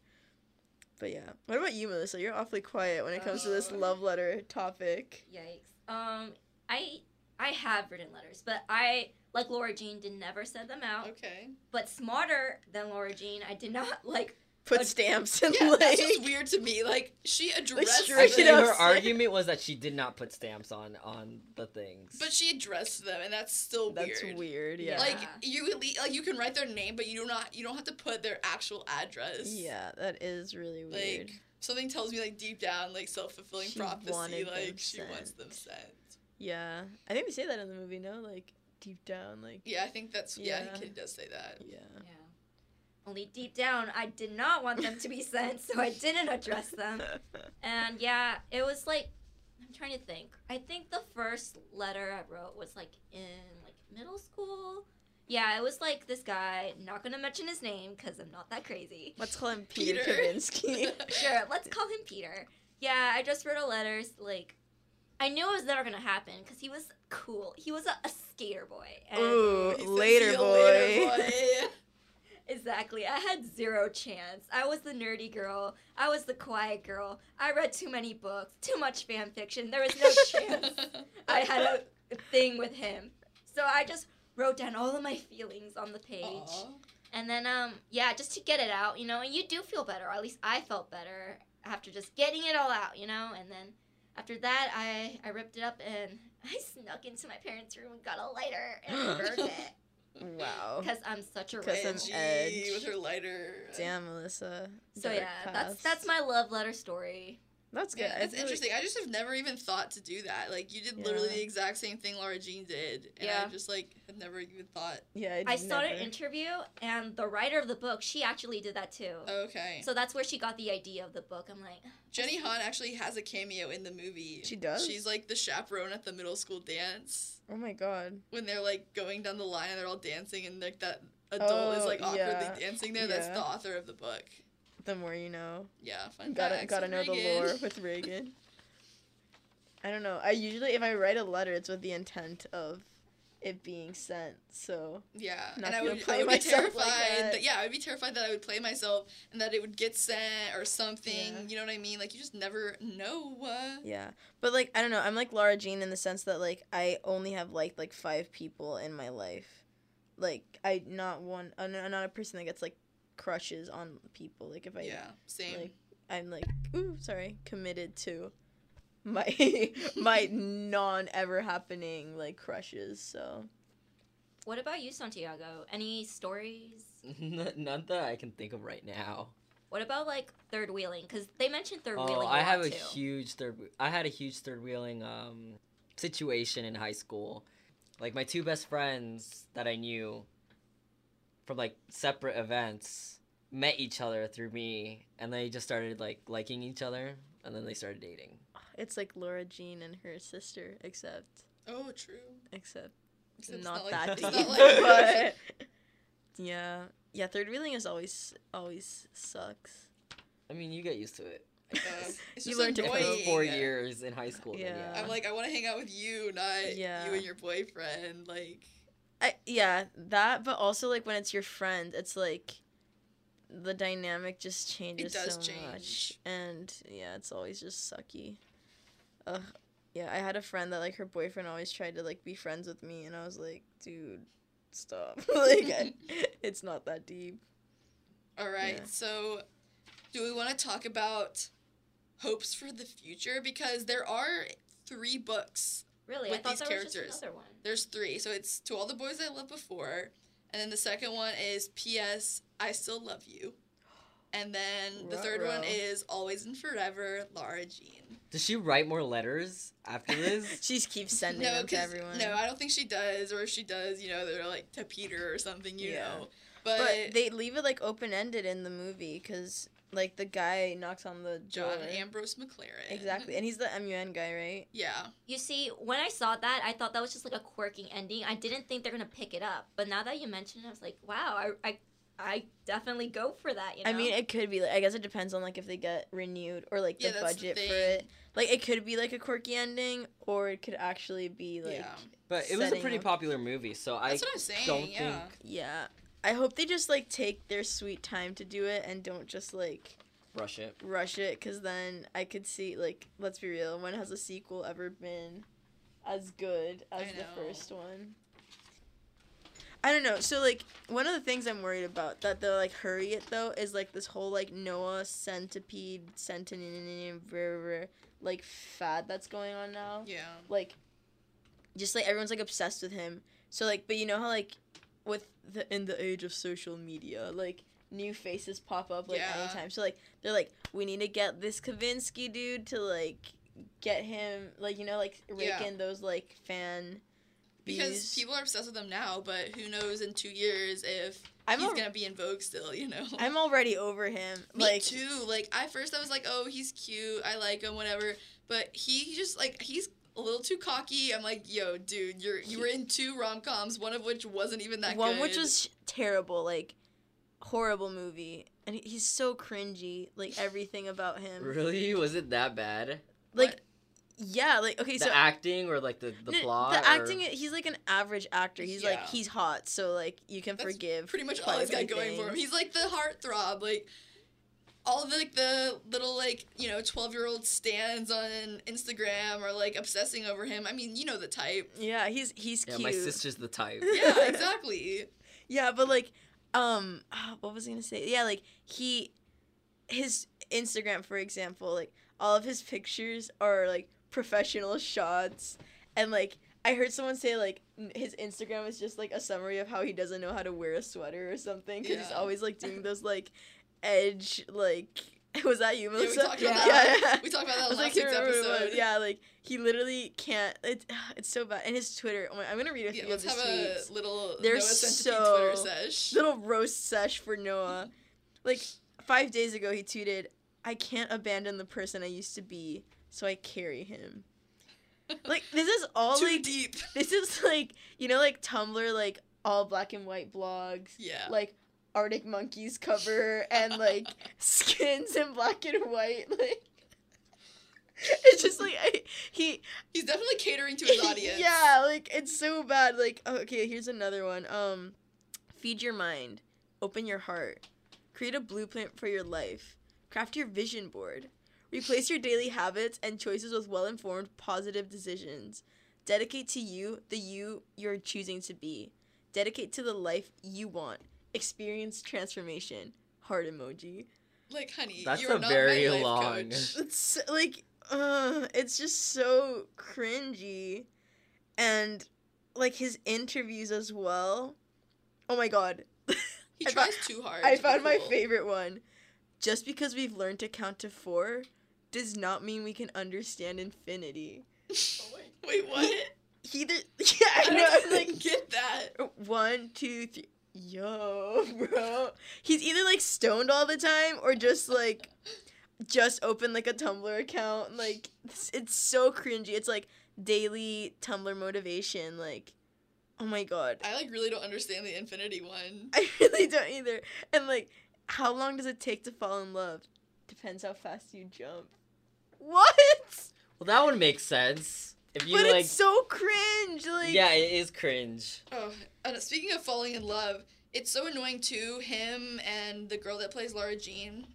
C: But yeah. What about you, Melissa? You're awfully quiet when it comes to this
B: Uh,
C: love letter topic.
B: Yikes. Um, I I have written letters, but I like Laura Jean did never send them out.
A: Okay.
C: [LAUGHS]
B: But smarter than Laura Jean, I did not [LAUGHS] like.
C: Put stamps and
A: Yeah,
C: like
A: that's just weird to me. Like she addressed
C: straight
A: them,
C: Straight
D: Actually,
A: [LAUGHS]
C: up
D: her
C: sick.
D: argument was that she did not put stamps on on the things.
A: but she addressed them, and that's still
C: That's weird, yeah.
A: Like
B: Yeah.
A: you, at lea- like you can write their name, but you do not. You don't have to put their actual address.
C: yeah, that is really weird.
A: Like something tells me, like deep down, like self fulfilling
C: She
A: prophecy,
C: wanted them
A: like she wants them sent.
C: yeah. I think they say that in the movie, no? Like deep down, like
A: Yeah, I think that's yeah.
C: Yeah.
A: He kid does say that.
C: [LAUGHS] yeah.
B: Yeah. Only deep down, I did not want them to be sent, so I didn't address them.
C: [LAUGHS]
B: And yeah, it was like I'm trying to think. I think the first letter I wrote was like in like middle school. Yeah, it was like this guy. Not gonna mention his name because I'm not that crazy.
C: Let's call him Peter,
A: Peter.
C: Kavinsky.
A: [LAUGHS]
B: sure, let's call him Peter. Yeah, I just wrote a letter. s- Like, I knew it was never gonna happen because he was cool. He was a, a skater boy. And
C: Ooh,
A: He says,
C: later
A: "See
C: boy.
A: ya later,
C: [LAUGHS]
A: boy."
B: Exactly. I had zero chance. I was the nerdy girl. I was the quiet girl. I read too many books, too much fan fiction. There was
A: [LAUGHS]
B: no chance. I had a, a thing with him. So I just wrote down all of my feelings on the page.
A: Aw.
B: And then, um, yeah, just to get it out, you know, and you do feel better, or at least I felt better after just getting it all out, you know. And then after that, I I ripped it up and I snuck into my parents' room and got a lighter
C: [LAUGHS]
B: and burned it
C: wow.
B: because I'm such a
C: 'Cause I'm
A: Angie
B: rebel.
C: edge.
A: with her lighter.
C: Damn, Melissa.
B: So
C: Dark
B: yeah, that's
C: past.
B: that's my love letter story.
C: That's good.
A: Yeah,
C: I
A: that's
C: feel like-
A: interesting. I just have never even thought to do that. Like you did literally
C: Yeah.
A: the exact same thing Laura Jean did, and
B: Yeah.
A: I just like had never even thought.
C: Yeah,
B: I saw an
C: never-
B: interview, and the writer of the book, she actually did that too.
C: Oh.
A: Okay,
B: So that's where she got the idea of the book. I'm like,
A: Jenny Han actually has a cameo in the movie.
C: She does?
A: She's like the chaperone at the middle school dance
C: Oh my god.
A: when they're like going down the line and they're all dancing, and like that adult is
C: Oh,
A: like awkwardly
C: yeah.
A: dancing there. That's
C: Yeah.
A: the author of the book.
C: The more you know.
A: Yeah, fun
C: Gotta
A: facts
C: gotta
A: with
C: know the
A: Reagan.
C: lore with Reagan. I don't know. I usually if I write a letter it's with the intent of it being sent. So
A: [LAUGHS] Yeah,
C: Not
A: and I
C: gonna
A: would,
C: play
A: I would be
C: myself
A: terrified.
C: like that.
A: that. yeah, I would be terrified that I would play myself and that it would get sent or something.
C: Yeah.
A: You know what I mean? Like you just never know. Uh,
C: yeah. But like I don't know, I'm like Laura Jean in the sense that like I only have liked like five people in my life. Like I not one I'm not a person that gets like crushes on people. Like if I
A: yeah, same.
C: like I'm like, ooh, sorry, committed to my [LAUGHS] my non ever happening like crushes. So
B: what about you, Santiago? Any stories?
D: [LAUGHS] N- None that I can think of right now.
B: What about like third wheeling? Because they mentioned third
D: Oh,
B: wheeling.
D: I have a
B: lot, too.
D: huge third. I had a huge third wheeling um, situation in high school. Like my two best friends that I knew from like separate events met each other through me, and they just started like liking each other, and then they started dating.
C: it's like Laura Jean and her sister, except
A: oh, true.
C: except
A: Except it's
C: not,
A: like-
C: that
D: it's
C: deep.
D: not
C: [LAUGHS]
A: like-
C: but yeah, yeah, third wheeling is always always sucks.
D: I mean, you get used to it.
A: uh,
C: [LAUGHS]
A: [LAUGHS] it's
C: You
A: just
C: learn to
D: After
C: cope.
A: annoying.
D: four years in high school. then,
C: Yeah.
A: I'm like, I want to hang out with you, not
C: Yeah.
A: you and your boyfriend. Like,
C: I, yeah, that. But also like when it's your friend, it's like the dynamic just changes
A: does
C: so much,
A: change.
C: and yeah, it's always just sucky. Ugh. Yeah, I had a friend that like her boyfriend always tried to like be friends with me, and I was like, dude, stop. [LAUGHS] like,
A: [LAUGHS]
C: I, it's not that deep.
A: all right.
C: Yeah.
A: So, do we want to talk about hopes for the future? Because there are three books
B: really.
A: with
B: I thought
A: these
B: there was
A: characters.
B: just another one.
A: There's three. So it's To All the Boys I Loved Before. And then the second one is P.S. I Still Love You. And then the third one
C: Ruh-roh.
A: is Always and Forever, Lara Jean.
D: Does she write more letters
A: [LAUGHS]
D: after this?
C: She just keeps sending
A: no,
C: them to
A: 'cause-
C: everyone.
A: no, I don't think she does. Or if she does, you know, they're like to Peter or something, you
C: Yeah.
A: know. But,
C: But they leave it like open ended in the movie because like the guy knocks on the
A: John
C: door.
A: Ambrose McLaren.
C: Exactly, and he's the MUN guy, right?
A: Yeah.
B: You see, when I saw that, I thought that was just like a quirky ending. I didn't think they're gonna pick it up, but now that you mentioned it, I was like, wow, I, I, I definitely go for that. You know?
C: I mean, it could be. Like, I guess it depends on like if they get renewed or like
A: Yeah,
C: the
A: that's the
C: budget for
A: thing.
C: it. Like it could be like a quirky ending, or it could actually be like
A: yeah.
D: But it was a
C: setting
D: pretty
C: up-
D: popular movie, so I
A: That's what I'm saying.
D: don't
A: yeah.
D: think
C: yeah. I hope they just like take their sweet time to do it and don't just like
D: rush it.
C: rush it, because then I could see like let's be real, when has a sequel ever been as good as
A: I
C: the
A: know.
C: first one? I don't know. So like one of the things I'm worried about that they'll like hurry it though is like this whole like Noah centipede centipede like fad that's going on now.
A: Yeah.
C: Like just like everyone's like obsessed with him. So like but you know how like with the in the age of social media, like new faces pop up like
A: Yeah.
C: anytime. So like they're like, We need to get this Kavinsky dude to like get him like you know, like rake
A: Yeah.
C: in those like fan
A: Because
C: views.
A: people are obsessed with him now, but who knows in two years if
C: I'm
A: he's
C: al-
A: gonna be in vogue still, you know?
C: I'm already over him.
A: Me
C: like
A: too. Like at first I was like, oh, he's cute, I like him, whatever. But he just like he's a little too cocky. I'm like, yo, dude, you're you were in two rom coms, one of which wasn't even that
C: one
A: good.
C: which was sh- terrible, like horrible movie, and he- he's so cringy. Like everything about him.
D: Really? Was it that bad?
C: Like
A: What?
C: yeah, like okay,
D: The
C: so
D: acting or like the, the
C: No,
D: plot?
C: the
D: or-
C: acting. He's like an average actor. He's like
A: Yeah.
C: he's hot, so like you can
A: That's
C: forgive.
A: pretty much
C: quite
A: all
C: a
A: he's got
C: few
A: going for him.
C: things.
A: He's like the heartthrob, like all the like the little like you know twelve year old stands on Instagram are like obsessing over him. I mean, you know the type.
C: [LAUGHS] Yeah, he's he's
D: Yeah,
C: cute.
D: my sister's the
C: [LAUGHS]
D: type.
A: Yeah, exactly.
C: Yeah, but like, um, ah, what was I gonna say? Yeah, like he, his Instagram, for example, like all of his pictures are like professional shots, and like I heard someone say like n- his Instagram is just like a summary of how he doesn't know how to wear a sweater or something because he's
A: Yeah.
C: always like
A: [LAUGHS]
C: doing those like edge like. [LAUGHS] Was that you,
A: we
C: Melissa?
A: talked about
B: that.
C: [LAUGHS] Yeah.
A: [LAUGHS] We talked about
C: I
A: that
C: was
A: last
C: like,
A: week's
C: remember
A: episode.
C: what it was. yeah, like he literally can't. It's [SIGHS] it's so bad. And his Twitter. oh my- I'm gonna read a few
A: Yeah, let's
C: of his
A: have
C: tweets.
A: a little
C: They're
A: Noah Centipede
C: so-
A: Twitter sesh.
C: Little roast sesh for Noah. Like five days ago, he tweeted, "I can't abandon the person I used to be, so I carry him." Like this is all
A: Too
C: like
A: deep.
C: this is like you know like Tumblr like all black and white blogs
A: Yeah.
C: like Arctic Monkeys cover and like skins in black and white like. [LAUGHS] It's just like I, he
A: He's definitely catering
C: [LAUGHS]
A: to his audience.
C: yeah, like it's so bad. Like oh, okay, here's another one. Um, feed your mind, open your heart, create a blueprint for your life, craft your vision board, replace your daily habits and choices with well-informed, positive decisions. Dedicate to you the you you're choosing to be. Dedicate to the life you want. Experience transformation. Heart emoji.
A: Like, honey,
D: That's
A: you're
D: a
A: not
D: very
A: my life
D: long.
A: coach.
C: It's like, uh, it's just so cringy, and like his interviews as well. Oh my god,
A: He
C: I
A: tries too hard.
C: I
A: to be
C: found my
A: cool.
C: favorite one. Just because we've learned to count to four, does not mean we can understand infinity.
A: Wait,
C: [LAUGHS]
A: what?
C: Either yeah, I know.
A: I
C: I'm
A: don't
C: like
A: like get that.
C: one, two, three. Yo, bro. He's either like stoned all the time or just like just opened like a Tumblr account. Like it's, it's so cringy. It's like daily Tumblr motivation. Like, oh my god,
A: I like really don't understand the infinity one.
C: I really don't either. And like, how long does it take to fall in love? Depends how fast you jump. What?
D: Well, that would make sense. If you
C: but
D: like.
C: it's so cringe. Like,
D: yeah, it is cringe.
A: Oh, and speaking of falling in love, it's so annoying too. Him and the girl that plays Lara Jean.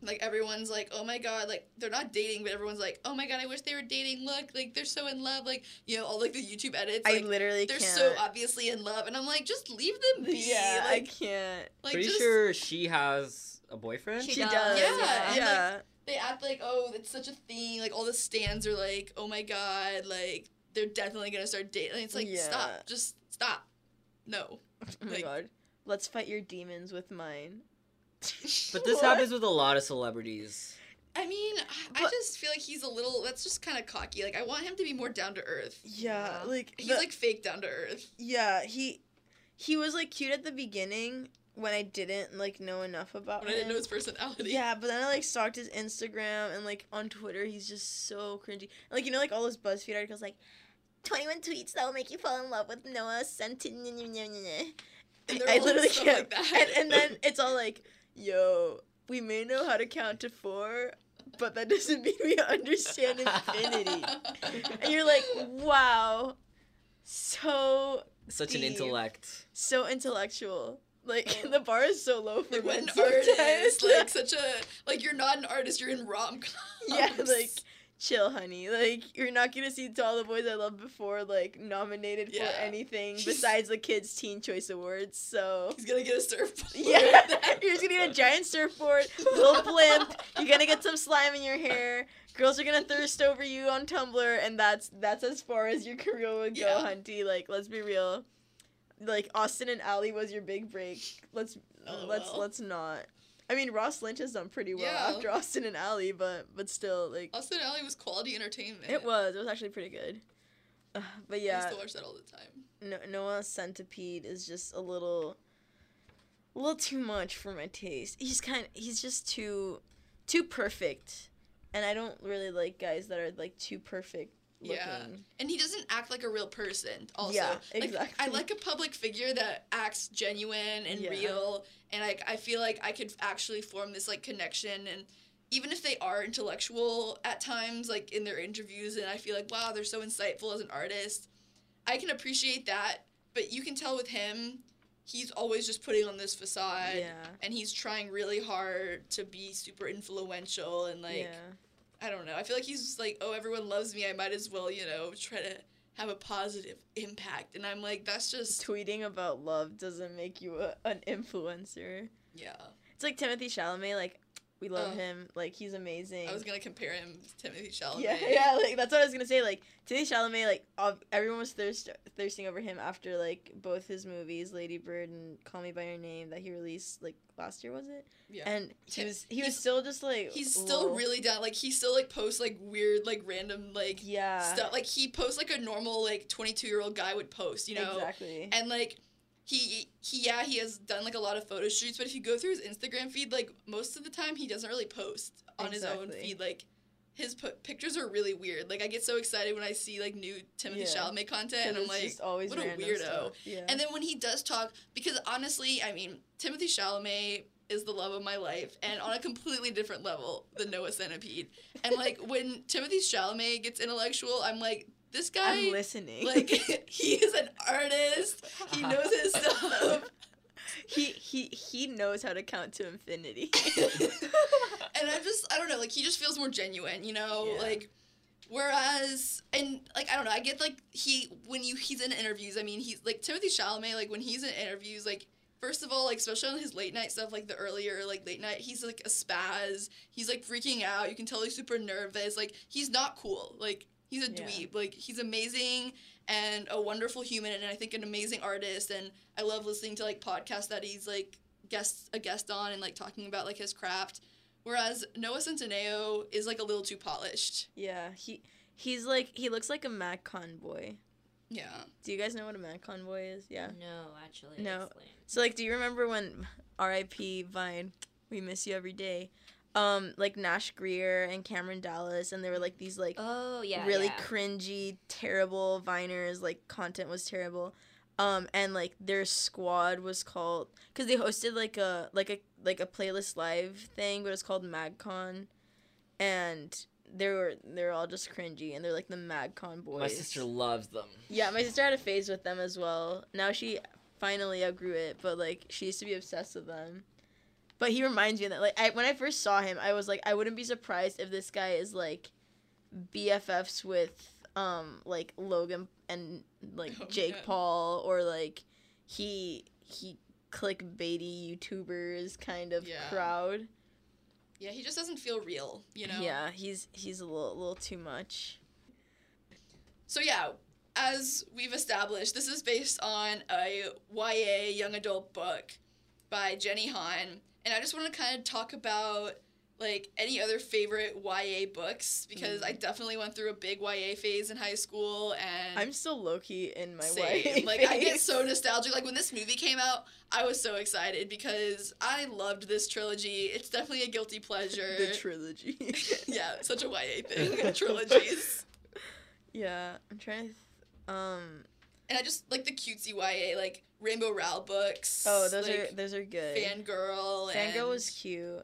A: Like everyone's like, oh my god, like they're not dating, but everyone's like, oh my god, I wish they were dating. Look, like they're so in love. Like you know, all like the YouTube edits.
C: I
A: Like,
C: literally
A: they're
C: can't. [LAUGHS]
A: so obviously in love, and I'm like, just leave them be.
C: yeah, I
A: like,
C: can't.
A: like
D: Pretty
A: just
D: sure she has a boyfriend?
B: She
C: She
B: does.
C: does.
A: Yeah, and, like,
C: yeah.
A: they act like, oh, it's such a thing. Like all the stands are like, oh my god, like they're definitely gonna start dating. It's like,
C: Yeah.
A: stop, just stop. No.
C: Oh my
A: Like-
C: god. Let's fight your demons with mine.
D: But this
C: What?
D: happens with a lot of celebrities.
A: I mean, I- I
C: But-
A: just feel like he's a little. That's just kind of cocky. Like I want him to be more down to earth.
C: Yeah,
B: Yeah.
C: like
A: He's
C: the-
A: like fake down to earth.
C: yeah, he he was like cute at the beginning when I didn't like know enough about
A: When I didn't know
C: him.
A: his personality.
C: Yeah, but then I like stalked his Instagram and like on Twitter, he's just so cringy. Like you know, like all those BuzzFeed articles, like twenty one tweets that will make you fall in love with Noah Sentin.
A: And they're
C: I
A: all [LAUGHS]
C: literally
A: stuff
C: can't.
A: like
C: [LAUGHS]
A: that.
C: and, and
A: [LAUGHS]
C: then it's all like, yo, we may know how to count to four, but that doesn't mean we understand infinity. and you're like, wow, so
D: Such an
C: Steve. [LAUGHS]
D: intellect.
C: so intellectual. Like [LAUGHS] the bar is so low for
A: like what
C: men
A: an
C: [LAUGHS] sometimes.
A: artist, like such a like you're not an artist, you're in rom com.
C: [LAUGHS] yeah, like chill, honey. Like you're not gonna see "To All the Boys I Loved Before" like nominated
A: Yeah.
C: for anything besides the Kids Teen Choice Awards. So
A: [LAUGHS] he's gonna get a surfboard.
C: [LAUGHS] yeah, you're just gonna get a giant surfboard, little blimp. You're gonna get some slime in your hair. Girls are gonna thirst over you on Tumblr, and that's that's as far as your career would go,
A: Yeah.
C: hunty. Like let's be real. Like Austin and Ally was your big break. Let's let's
A: LOL.
C: let's not. I mean, Ross Lynch has done pretty well
A: Yeah. Oh,
C: after Austin and Ally, but but still, like
A: [LAUGHS] Austin Alley was quality entertainment.
C: it was. It was actually pretty good. Uh,
A: I
C: but yeah,
A: used to watch that all the time.
C: no, Noah's centipede is just a little, a little too much for my taste. He's kind. He's just too, too perfect, and I don't really like guys that are like too perfect looking.
A: Yeah. And he doesn't act like a real person. Also,
C: Yeah,
A: Like, I
C: exactly.
A: like a public figure that acts genuine and
C: Yeah.
A: real, and I I feel like I could actually form this like connection. And even if they are intellectual at times, like in their interviews, and I feel like wow, they're so insightful as an artist, I can appreciate that. But you can tell with him, he's always just putting on this facade,
C: yeah.
A: and he's trying really hard to be super influential and like.
C: yeah.
A: I don't know. I feel like he's just like, oh, everyone loves me. I might as well, you know, try to have a positive impact. And I'm like, that's just
C: Tweeting about love doesn't make you a, an influencer.
A: yeah.
C: It's like Timothy Chalamet. Like we love
A: Oh.
C: him. Like he's amazing.
A: I was gonna compare him to Timothy Chalamet.
C: Yeah, yeah, like that's what I was gonna say. Like Timothy Chalamet, like ob- everyone was thirst thirsting over him after like both his movies, Lady Bird and Call Me by Your Name, that he released like last year was it?
A: Yeah.
C: And he
A: Tim-
C: was he was
A: he's-
C: still just like
A: He's still
C: low.
A: really down. Like he still like posts like weird like random like
C: yeah
A: stuff. Like he posts like a normal like 22 year old guy would post. You know.
C: exactly
A: And like. He, he yeah he has done like a lot of photo shoots but if you go through his instagram feed like most of the time he doesn't really post on his own
C: Exactly.
A: feed like his po- pictures are really weird like i get so excited when i see like new timothy
C: Yeah.
A: chalamet content
C: 'Cause
A: and i'm
C: it's
A: like
C: just always
A: what a
C: random
A: weirdo.
C: stuff. Yeah.
A: and then when he does talk, because honestly, I mean, Timothy Chalamet is the love of my life, and on a completely different level than Noah Centipede. And
C: [LAUGHS]
A: like when Timothy Chalamet gets intellectual, I'm like, this
C: I'm
A: guy,
C: listening.
A: like, [LAUGHS] he is an artist. He knows his stuff.
C: [LAUGHS] he he he knows how to count
A: [LAUGHS]
C: to infinity. [LAUGHS]
A: and I just I don't know, like he just feels more genuine, you know,
C: Yeah.
A: like whereas and like I don't know, I get like he when you he's in interviews, I mean he's like Timothy Chalamet, like when he's in interviews, like first of all, like especially on his late night stuff, like the earlier like late night, he's like a spaz, he's like freaking out, you can tell he's super nervous, like he's not cool, like he's a
C: Yeah.
A: dweeb, like he's amazing and a wonderful human and I think an amazing artist and I love listening to like podcasts that he's like guest a guest on and like talking about like his craft. Whereas Noah Centineo is like a little too polished.
C: yeah, he he's like he looks like a Mac convoy.
A: Yeah.
C: Do you guys know what a Mac convoy is? Yeah.
B: No, actually.
C: No.
B: explain.
C: So like, do you remember when R.I.P. Vine, we miss you every day, um, like Nash Greer and Cameron Dallas, and they were like these like
B: Oh yeah.
C: really
B: yeah.
C: cringy, terrible Viners. Like content was terrible, um, and like their squad was called because they hosted like a like a like a playlist live thing, but it was called MagCon, and they were they were all just cringy, and they're like the MagCon
D: [LAUGHS]
C: boys.
D: My sister loves them.
C: Yeah, my sister had a phase with them as well. Now she finally outgrew it, but like she used to be obsessed with them. But he reminds me of that like I, when I first saw him, I was like, I wouldn't be surprised if this guy is like BFFs with um like Logan and like
A: Oh,
C: Jake
A: yeah.
C: Paul or like he he clickbaity YouTubers kind of
A: Yeah.
C: crowd.
A: Yeah, he just doesn't feel real, you know?
C: Yeah, he's he's a little, little too much.
A: So yeah, as we've established, this is based on a YA young adult book by Jenny Han, and I just want to kind of talk about like any other favorite YA books because
C: Mm-hmm.
A: I definitely went through a big YA phase in high school and
C: I'm still low key in my
A: same.
C: way.
A: Like I get so nostalgic. Like when this movie came out, I was so excited because I loved this trilogy. It's definitely a guilty pleasure.
C: [LAUGHS] the trilogy.
A: [LAUGHS] yeah, such a YA
C: [LAUGHS]
A: thing. Trilogies.
C: Yeah, I'm trying to. Th- um.
A: And I just like the cutesy YA, like Rainbow Rowell books.
C: Oh, those
A: like,
C: are those are good.
A: Fangirl.
C: Fangirl
A: and-
C: was cute.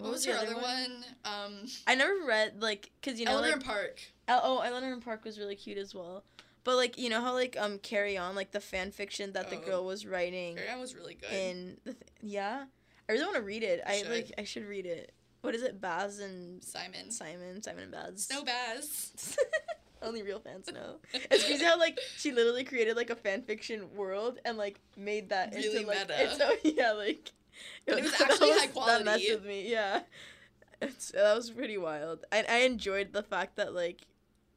A: What, was,
C: the
A: her other one? Um,
C: I never read like because you know
A: Eleanor
C: like
A: and Park.
C: El- oh Eleanor and Park was really cute as well, but like you know how like um Carry On like the fan fiction that the
A: Oh.
C: girl was writing
A: Fairy Isle was really good.
C: in the th- yeah I really want to read it I
A: should.
C: like I should read it what is it Baz and
A: Simon.
C: Simon Simon and Baz
A: Snow Baz.
C: [LAUGHS] only real fans know it's
A: [LAUGHS]
C: crazy how like she literally created like a fan fiction world and like made that
A: Really
C: into like
A: meta.
C: it's so [LAUGHS] yeah like
A: And it was
C: [LAUGHS] that
A: actually high
C: that messed
A: quality.
C: with me yeah it's, that was pretty wild I, I enjoyed the fact that like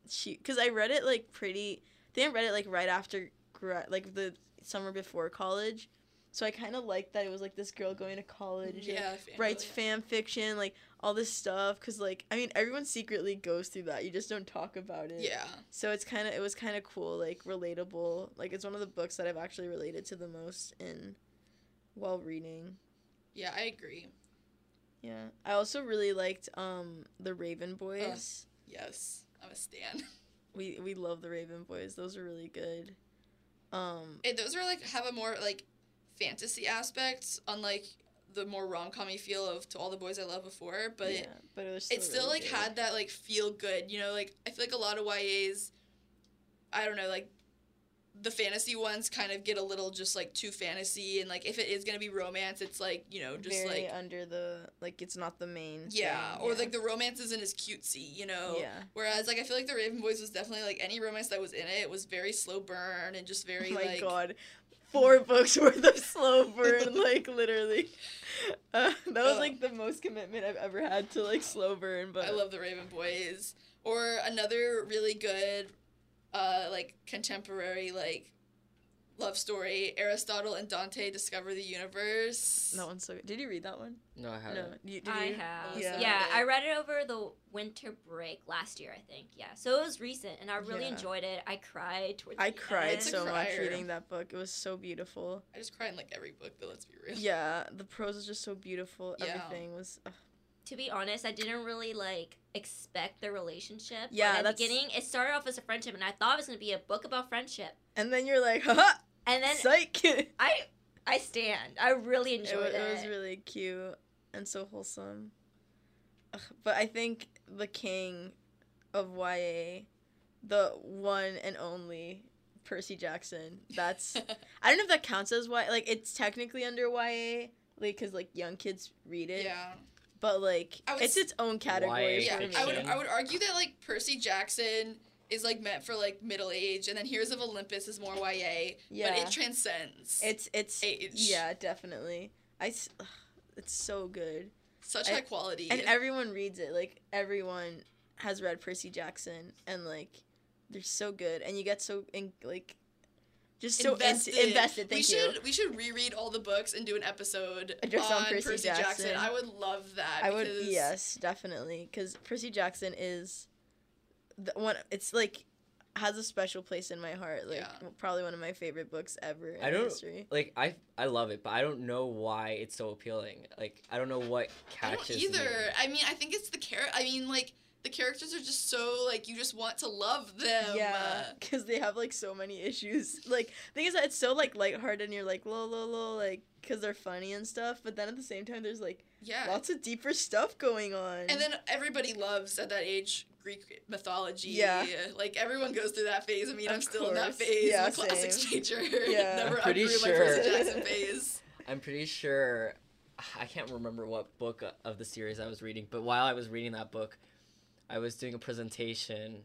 C: she because I read it like pretty I think I read it like right after gra- like the summer before college so I kind of liked that it was like this girl going to college and she, like,
A: yeah, fangirl,
C: writes
A: yeah.
C: fan fiction like all this stuff because like I mean everyone secretly goes through that you just don't talk about it
A: Yeah.
C: so it's kind of it was kind of cool, like relatable. Like it's one of the books that I've actually related to the most in while reading.
A: Yeah, I agree.
C: Yeah. I also really liked um The Raven Boys.
A: Yes, I'm a stan. [LAUGHS]
C: We we love The Raven Boys. Those are really good. Um
A: And those are like have a more like fantasy aspect, unlike the more rom commy feel of To All the Boys I Loved Before. But
C: yeah, but it was
A: it still
C: really
A: like
C: good.
A: had that like feel good, you know. Like I feel like a lot of YAs, I don't know, like the fantasy ones kind of get a little just like too fantasy, and like if it is gonna be romance, it's like you know just
C: Very
A: like
C: under the like it's not the main
A: yeah,
C: thing,
A: or
C: yeah.
A: like the romance isn't as cutesy, you know.
C: yeah
A: Whereas, like, I feel like the Raven Boys was definitely like any romance that was in it was very slow burn and just very
C: oh my
A: like
C: god four books worth of slow
A: [LAUGHS]
C: burn like literally uh, that was
A: Oh.
C: like the most commitment I've ever had to like slow burn but
A: I love the Raven Boys. Or another really good, uh, like contemporary like love story: Aristotle and Dante discover the universe.
C: That one's so good. Did you read that one?
D: No, I haven't.
C: No. You, did
B: I
C: you?
B: have.
A: Yeah.
B: Yeah. I read it over the winter break last year, I think. Yeah. So it was recent and I really
C: Yeah.
B: enjoyed it. I cried towards
C: I
B: the
C: cried
B: end.
A: It's a
C: so much
A: crier.
C: reading that book. It was so beautiful.
A: I just cry in like every book, though. Let's be real.
C: Yeah, the prose was just so beautiful.
A: Yeah.
C: Everything was. ugh.
B: to be honest, I didn't really like expect the relationship. Like,
C: Yeah,
B: at the
C: that's-
B: beginning, it started off as a friendship and I thought it was gonna be a book about friendship.
C: And then you're like, [LAUGHS] ha!
B: And then
C: Psych. [LAUGHS] it,
B: I I stand. I really
C: wa-
B: enjoyed it.
C: it was really cute and so wholesome. Ugh, but I think the king of YA, the one and only Percy Jackson.
A: [LAUGHS]
C: That's I don't know if that counts as YA. Like it's technically under YA, like because like young kids read it.
A: yeah.
C: But like
A: I would
C: it's
A: s-
C: its own category.
A: Yeah,
C: for
A: I would
C: me.
A: I would argue that like Percy Jackson is like meant for like middle age, and then Heroes of Olympus is more YA, but
C: Yeah.
A: it transcends
C: It's it's
A: age.
C: yeah, definitely. I s- ugh, it's so good,
A: such
C: I-
A: high quality.
C: and
A: If-
C: everyone reads it. Like everyone has read Percy Jackson, and like they're so good, and you get so in, like just so invested. invested thank
A: we
C: you.
A: should we should reread all the books and do an episode
C: Just on
A: on
C: Percy
A: Percy, Jackson.
C: Jackson.
A: I would love that.
C: I would
A: because
C: yes, definitely, because Percy Jackson is the one. It's like has a special place in my heart. Like
A: Yeah.
C: probably one of my favorite books ever in
D: I don't-
C: history.
D: Like I, I love it, but I don't know why it's so appealing. Like I don't know what
A: I
D: catches
A: don't either.
D: me.
A: I mean, I think it's the character. I mean, like the characters are just so like you just want to love them.
C: Um, Yeah,
A: Uh,
C: because they have like so many issues. [LAUGHS] Like, thing is that it's so like lighthearted, and you're like, lol, lol, lol, like, because they're funny and stuff. But then at the same time, there's like
A: yeah.
C: lots of deeper stuff going on.
A: and then everybody loves at that age Greek mythology.
C: Yeah.
A: Like everyone goes through that phase. I mean,
C: Of
A: I'm still in that
C: course.
A: phase.
C: Yeah,
A: I'm a classics
C: same.
A: teacher. [LAUGHS]
C: Yeah.
A: Never
D: I'm pretty
A: outgrew my
D: sure.
A: Percy Jackson phase.
D: I'm pretty sure. I can't remember what book of the series I was reading, but while I was reading that book, I was doing a presentation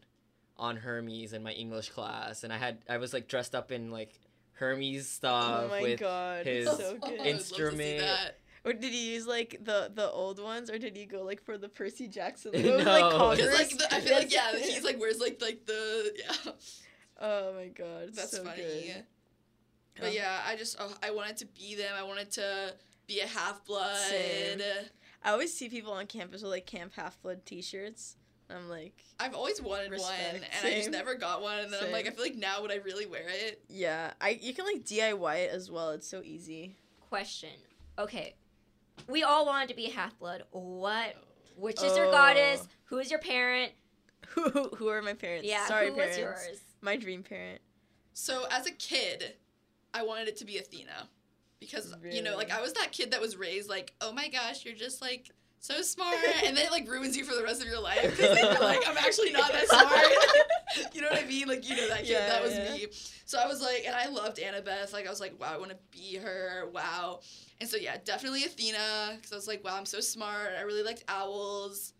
D: on Hermes in my English class, and I had I was like dressed up in like Hermes stuff
C: oh my
D: with
C: god,
D: his
C: it's [LAUGHS]
A: [LAUGHS]
C: so
A: I would love
C: good.
A: to see
D: instrument.
A: that.
C: or did you use like the the old ones, or did you go like for the Percy Jackson?
D: No.
C: What was, like,
D: 'Cause,
A: Because like
C: Congress?
A: the, I feel like yeah,
C: Yes.
A: he's like where's like like the yeah.
C: [LAUGHS]
A: [LAUGHS]
C: Oh my god,
A: That's
C: so
A: funny.
C: good.
A: But
C: Yeah.
A: yeah, I just oh, I wanted to be them. I wanted to be a half blood.
C: Same. I always see people on campus with like Camp Half Blood T-shirts. and I'm like,
A: I've always wanted one, and
C: Respect.
A: I just
C: Same.
A: never got one. And then I'm like, I
C: Same.
A: feel like now would I really wear it?
C: yeah, I you can like DIY it as well. It's so easy. [LAUGHS]
B: Question. Okay. We all wanted to be half blood. What? Which is your
C: Oh.
B: goddess? Who is your parent?
C: who who are my parents?
B: Yeah,
C: sorry,
B: who
C: parents.
B: was yours?
C: My dream parent.
A: So as a kid, I wanted it to be Athena, because you know, like
C: Really?
A: I was that kid that was raised like, oh my gosh, you're just like so
C: [LAUGHS]
A: smart, and then it like ruins you for the rest of your life. 'cause, like, you're like, I'm actually not that
C: [LAUGHS]
A: smart. you know what I mean? Like you know that kid,
C: Yeah,
A: that was
C: yeah.
A: me. So I was like, and I loved Annabeth. Like I was like, wow, I want to be her. Wow. And so yeah, definitely Athena, because I was like, wow, I'm so smart. I really liked owls,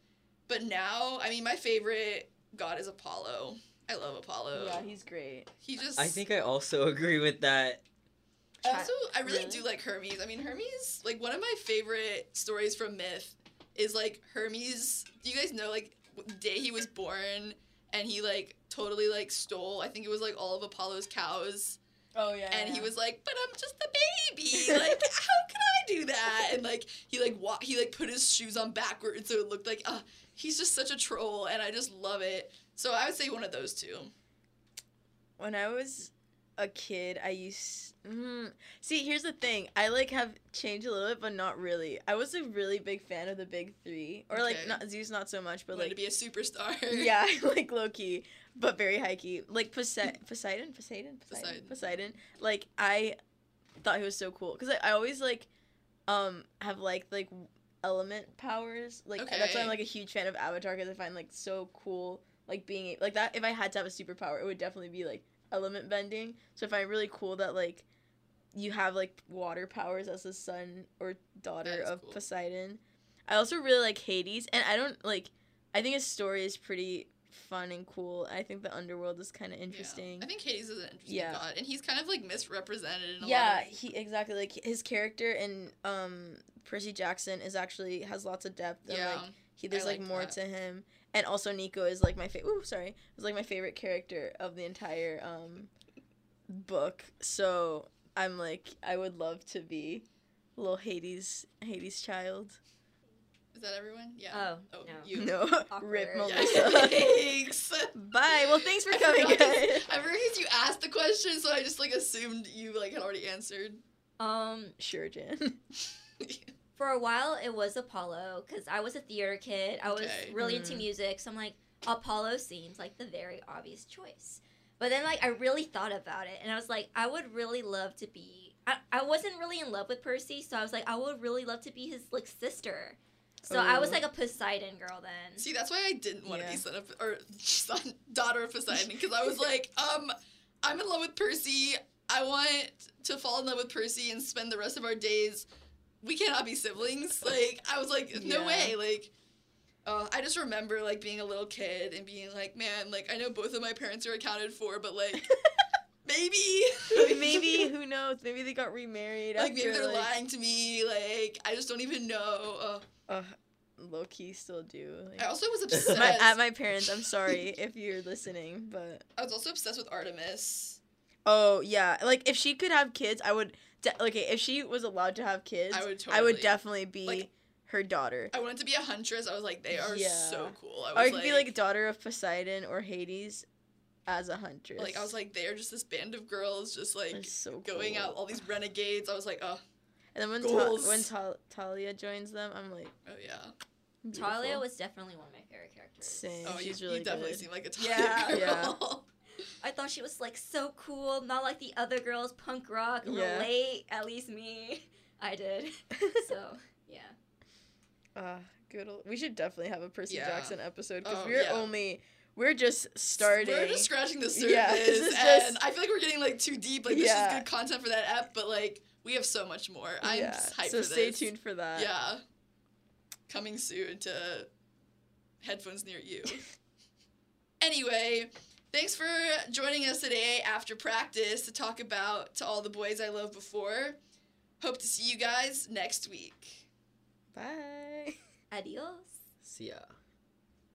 A: but now, I mean, my favorite god is Apollo. I love Apollo.
C: yeah, he's great.
A: He just.
D: I think I also [LAUGHS] agree with that.
A: I
B: Chi-
A: also, I really,
B: Really?
A: do like Hermes. I mean, Hermes, like one of my favorite stories from myth is like Hermes. Do you guys know like w- the day he was born and he like totally like stole? I think it was like all of Apollo's cows,
C: Oh yeah.
A: and he was like, "But I'm just a baby.
C: [LAUGHS]
A: Like, how could I do that?" And like he like wa- he like put his shoes on backwards so it looked like uh, he's just such a troll, and I just love it. So I would say one of those two.
C: when I was a kid, I used. Mm, see, here's the thing. I like have changed a little bit, but not really. I was a really big fan of the big three, or like
A: Okay.
C: not Zeus, not so much, but
A: Wanted
C: like
A: to be a superstar.
C: yeah, [LAUGHS] like low key, but very high key. Like Poseidon, Poseidon, Poseidon, Poseidon,
A: Poseidon.
C: Poseidon. Like I thought he was so cool because I, I always like um have like like element powers. Like that's why
A: Okay.
C: I'm like a huge fan of Avatar because I find like so cool. Like being a- like that. If I had to have a superpower, it would definitely be like element bending. So I find really cool that like you have like water powers as the son or daughter
A: is
C: of
A: cool.
C: Poseidon. I also really like Hades, and I don't like. I think his story is pretty fun and cool. I think the underworld is kind of
A: Yeah.
C: interesting.
A: I think Hades is an interesting
C: Yeah.
A: god, and he's kind of like misrepresented in a
C: Yeah,
A: lot of
C: he exactly like his character in um Percy Jackson is actually has lots of depth. And,
A: yeah.
C: like, he there's
A: I
C: like
A: liked
C: more
A: that.
C: to him, and also Nico is like my favorite. Ooh, sorry, is like my favorite character of the entire um book. So I'm like, I would love to be little Hades Hades child.
A: Is that everyone? Yeah.
B: Oh,
A: Oh,
B: no.
A: you. [LAUGHS]
C: No, rip [LAUGHS]
B: Awkward.
A: Yeah.
C: Melissa.
A: Thanks.
C: Bye. Well, thanks
A: [LAUGHS]
C: for
A: I
C: coming,
A: forgot this-
C: guys.
A: I realized you asked the question, so I just like assumed you like had already answered.
B: Um,
C: Sure, Jen.
B: for a while it was Apollo because I was a theater kid. I was
A: Okay.
B: really into
C: Mm.
B: music, so I'm like Apollo seems like the very obvious choice. But then like I really thought about it, and I was like, I would really love to be. I, I wasn't really in love with Percy, so I was like, I would really love to be his like sister. So I was
C: Ooh.
B: like a Poseidon girl then.
A: See, that's why I didn't want to
C: Yeah.
A: be son of or son [LAUGHS] daughter of Poseidon because I was like, um, I'm in love with Percy. I want to fall in love with Percy and spend the rest of our days. We cannot be siblings. Like I was like, no
C: Yeah.
A: way. Like, uh, I just remember like being a little kid and being like, man, like I know both of my parents are accounted for, but
C: [LAUGHS]
A: like, maybe,
C: maybe who knows? Maybe they got remarried.
A: like
C: after,
A: maybe they're
C: like,
A: lying to me. Like I just don't even know. Uh,
C: Ugh, low key still do. like-
A: I also was
D: said
C: [LAUGHS] my,
A: obsessed.
C: at my parents, I'm
A: [LAUGHS]
C: sorry if you're listening, but
A: I was also obsessed with Artemis.
C: oh yeah, like if she could have kids, I would. De- okay, if she was allowed to have kids,
A: I would totally.
C: definitely be
A: Like-
C: her daughter.
A: I wanted to be a huntress. I was like, they are
C: Yeah.
A: so cool. I
C: Or I
A: was
C: could be like daughter of Poseidon or Hades, as a huntress.
A: like I was like, they are just this band of girls, just like
C: That's so
A: going
C: cool.
A: out, all these renegades. I was like, oh,
C: And then when Ta-
A: goals.
C: when Ta- Talia joins them, I'm like,
A: oh yeah.
B: Talia
C: beautiful.
B: was definitely one of my favorite characters.
C: Same.
A: Oh,
C: she's
A: you,
C: really
A: you definitely
C: good.
A: seem like a Talia
B: Yeah.
C: [LAUGHS]
A: girl.
B: I thought she was like so cool, not like the other girls, punk rock,
C: Yeah.
B: relate, at least me. [LAUGHS] I did.
C: [LAUGHS]
B: so, yeah.
C: Ah, good old. We should definitely have a Percy
A: Yeah.
C: Jackson episode because
A: Oh,
C: we're
A: yeah.
C: only we're just starting.
A: We're just scratching the surface,
C: Yeah, this is
A: and
C: just-
A: I feel like we're getting like too deep. Like this is
C: Yeah.
A: good content for that app, but like we have so much more. I'm
C: yeah.
A: just hyped
C: so
A: for
C: stay
A: this.
C: tuned for that.
A: Yeah, coming soon to headphones near you. anyway, thanks for joining us today after practice to talk about to all the boys I loved before. Hope to see you guys next week.
C: Bye.
B: Adios.
D: See ya.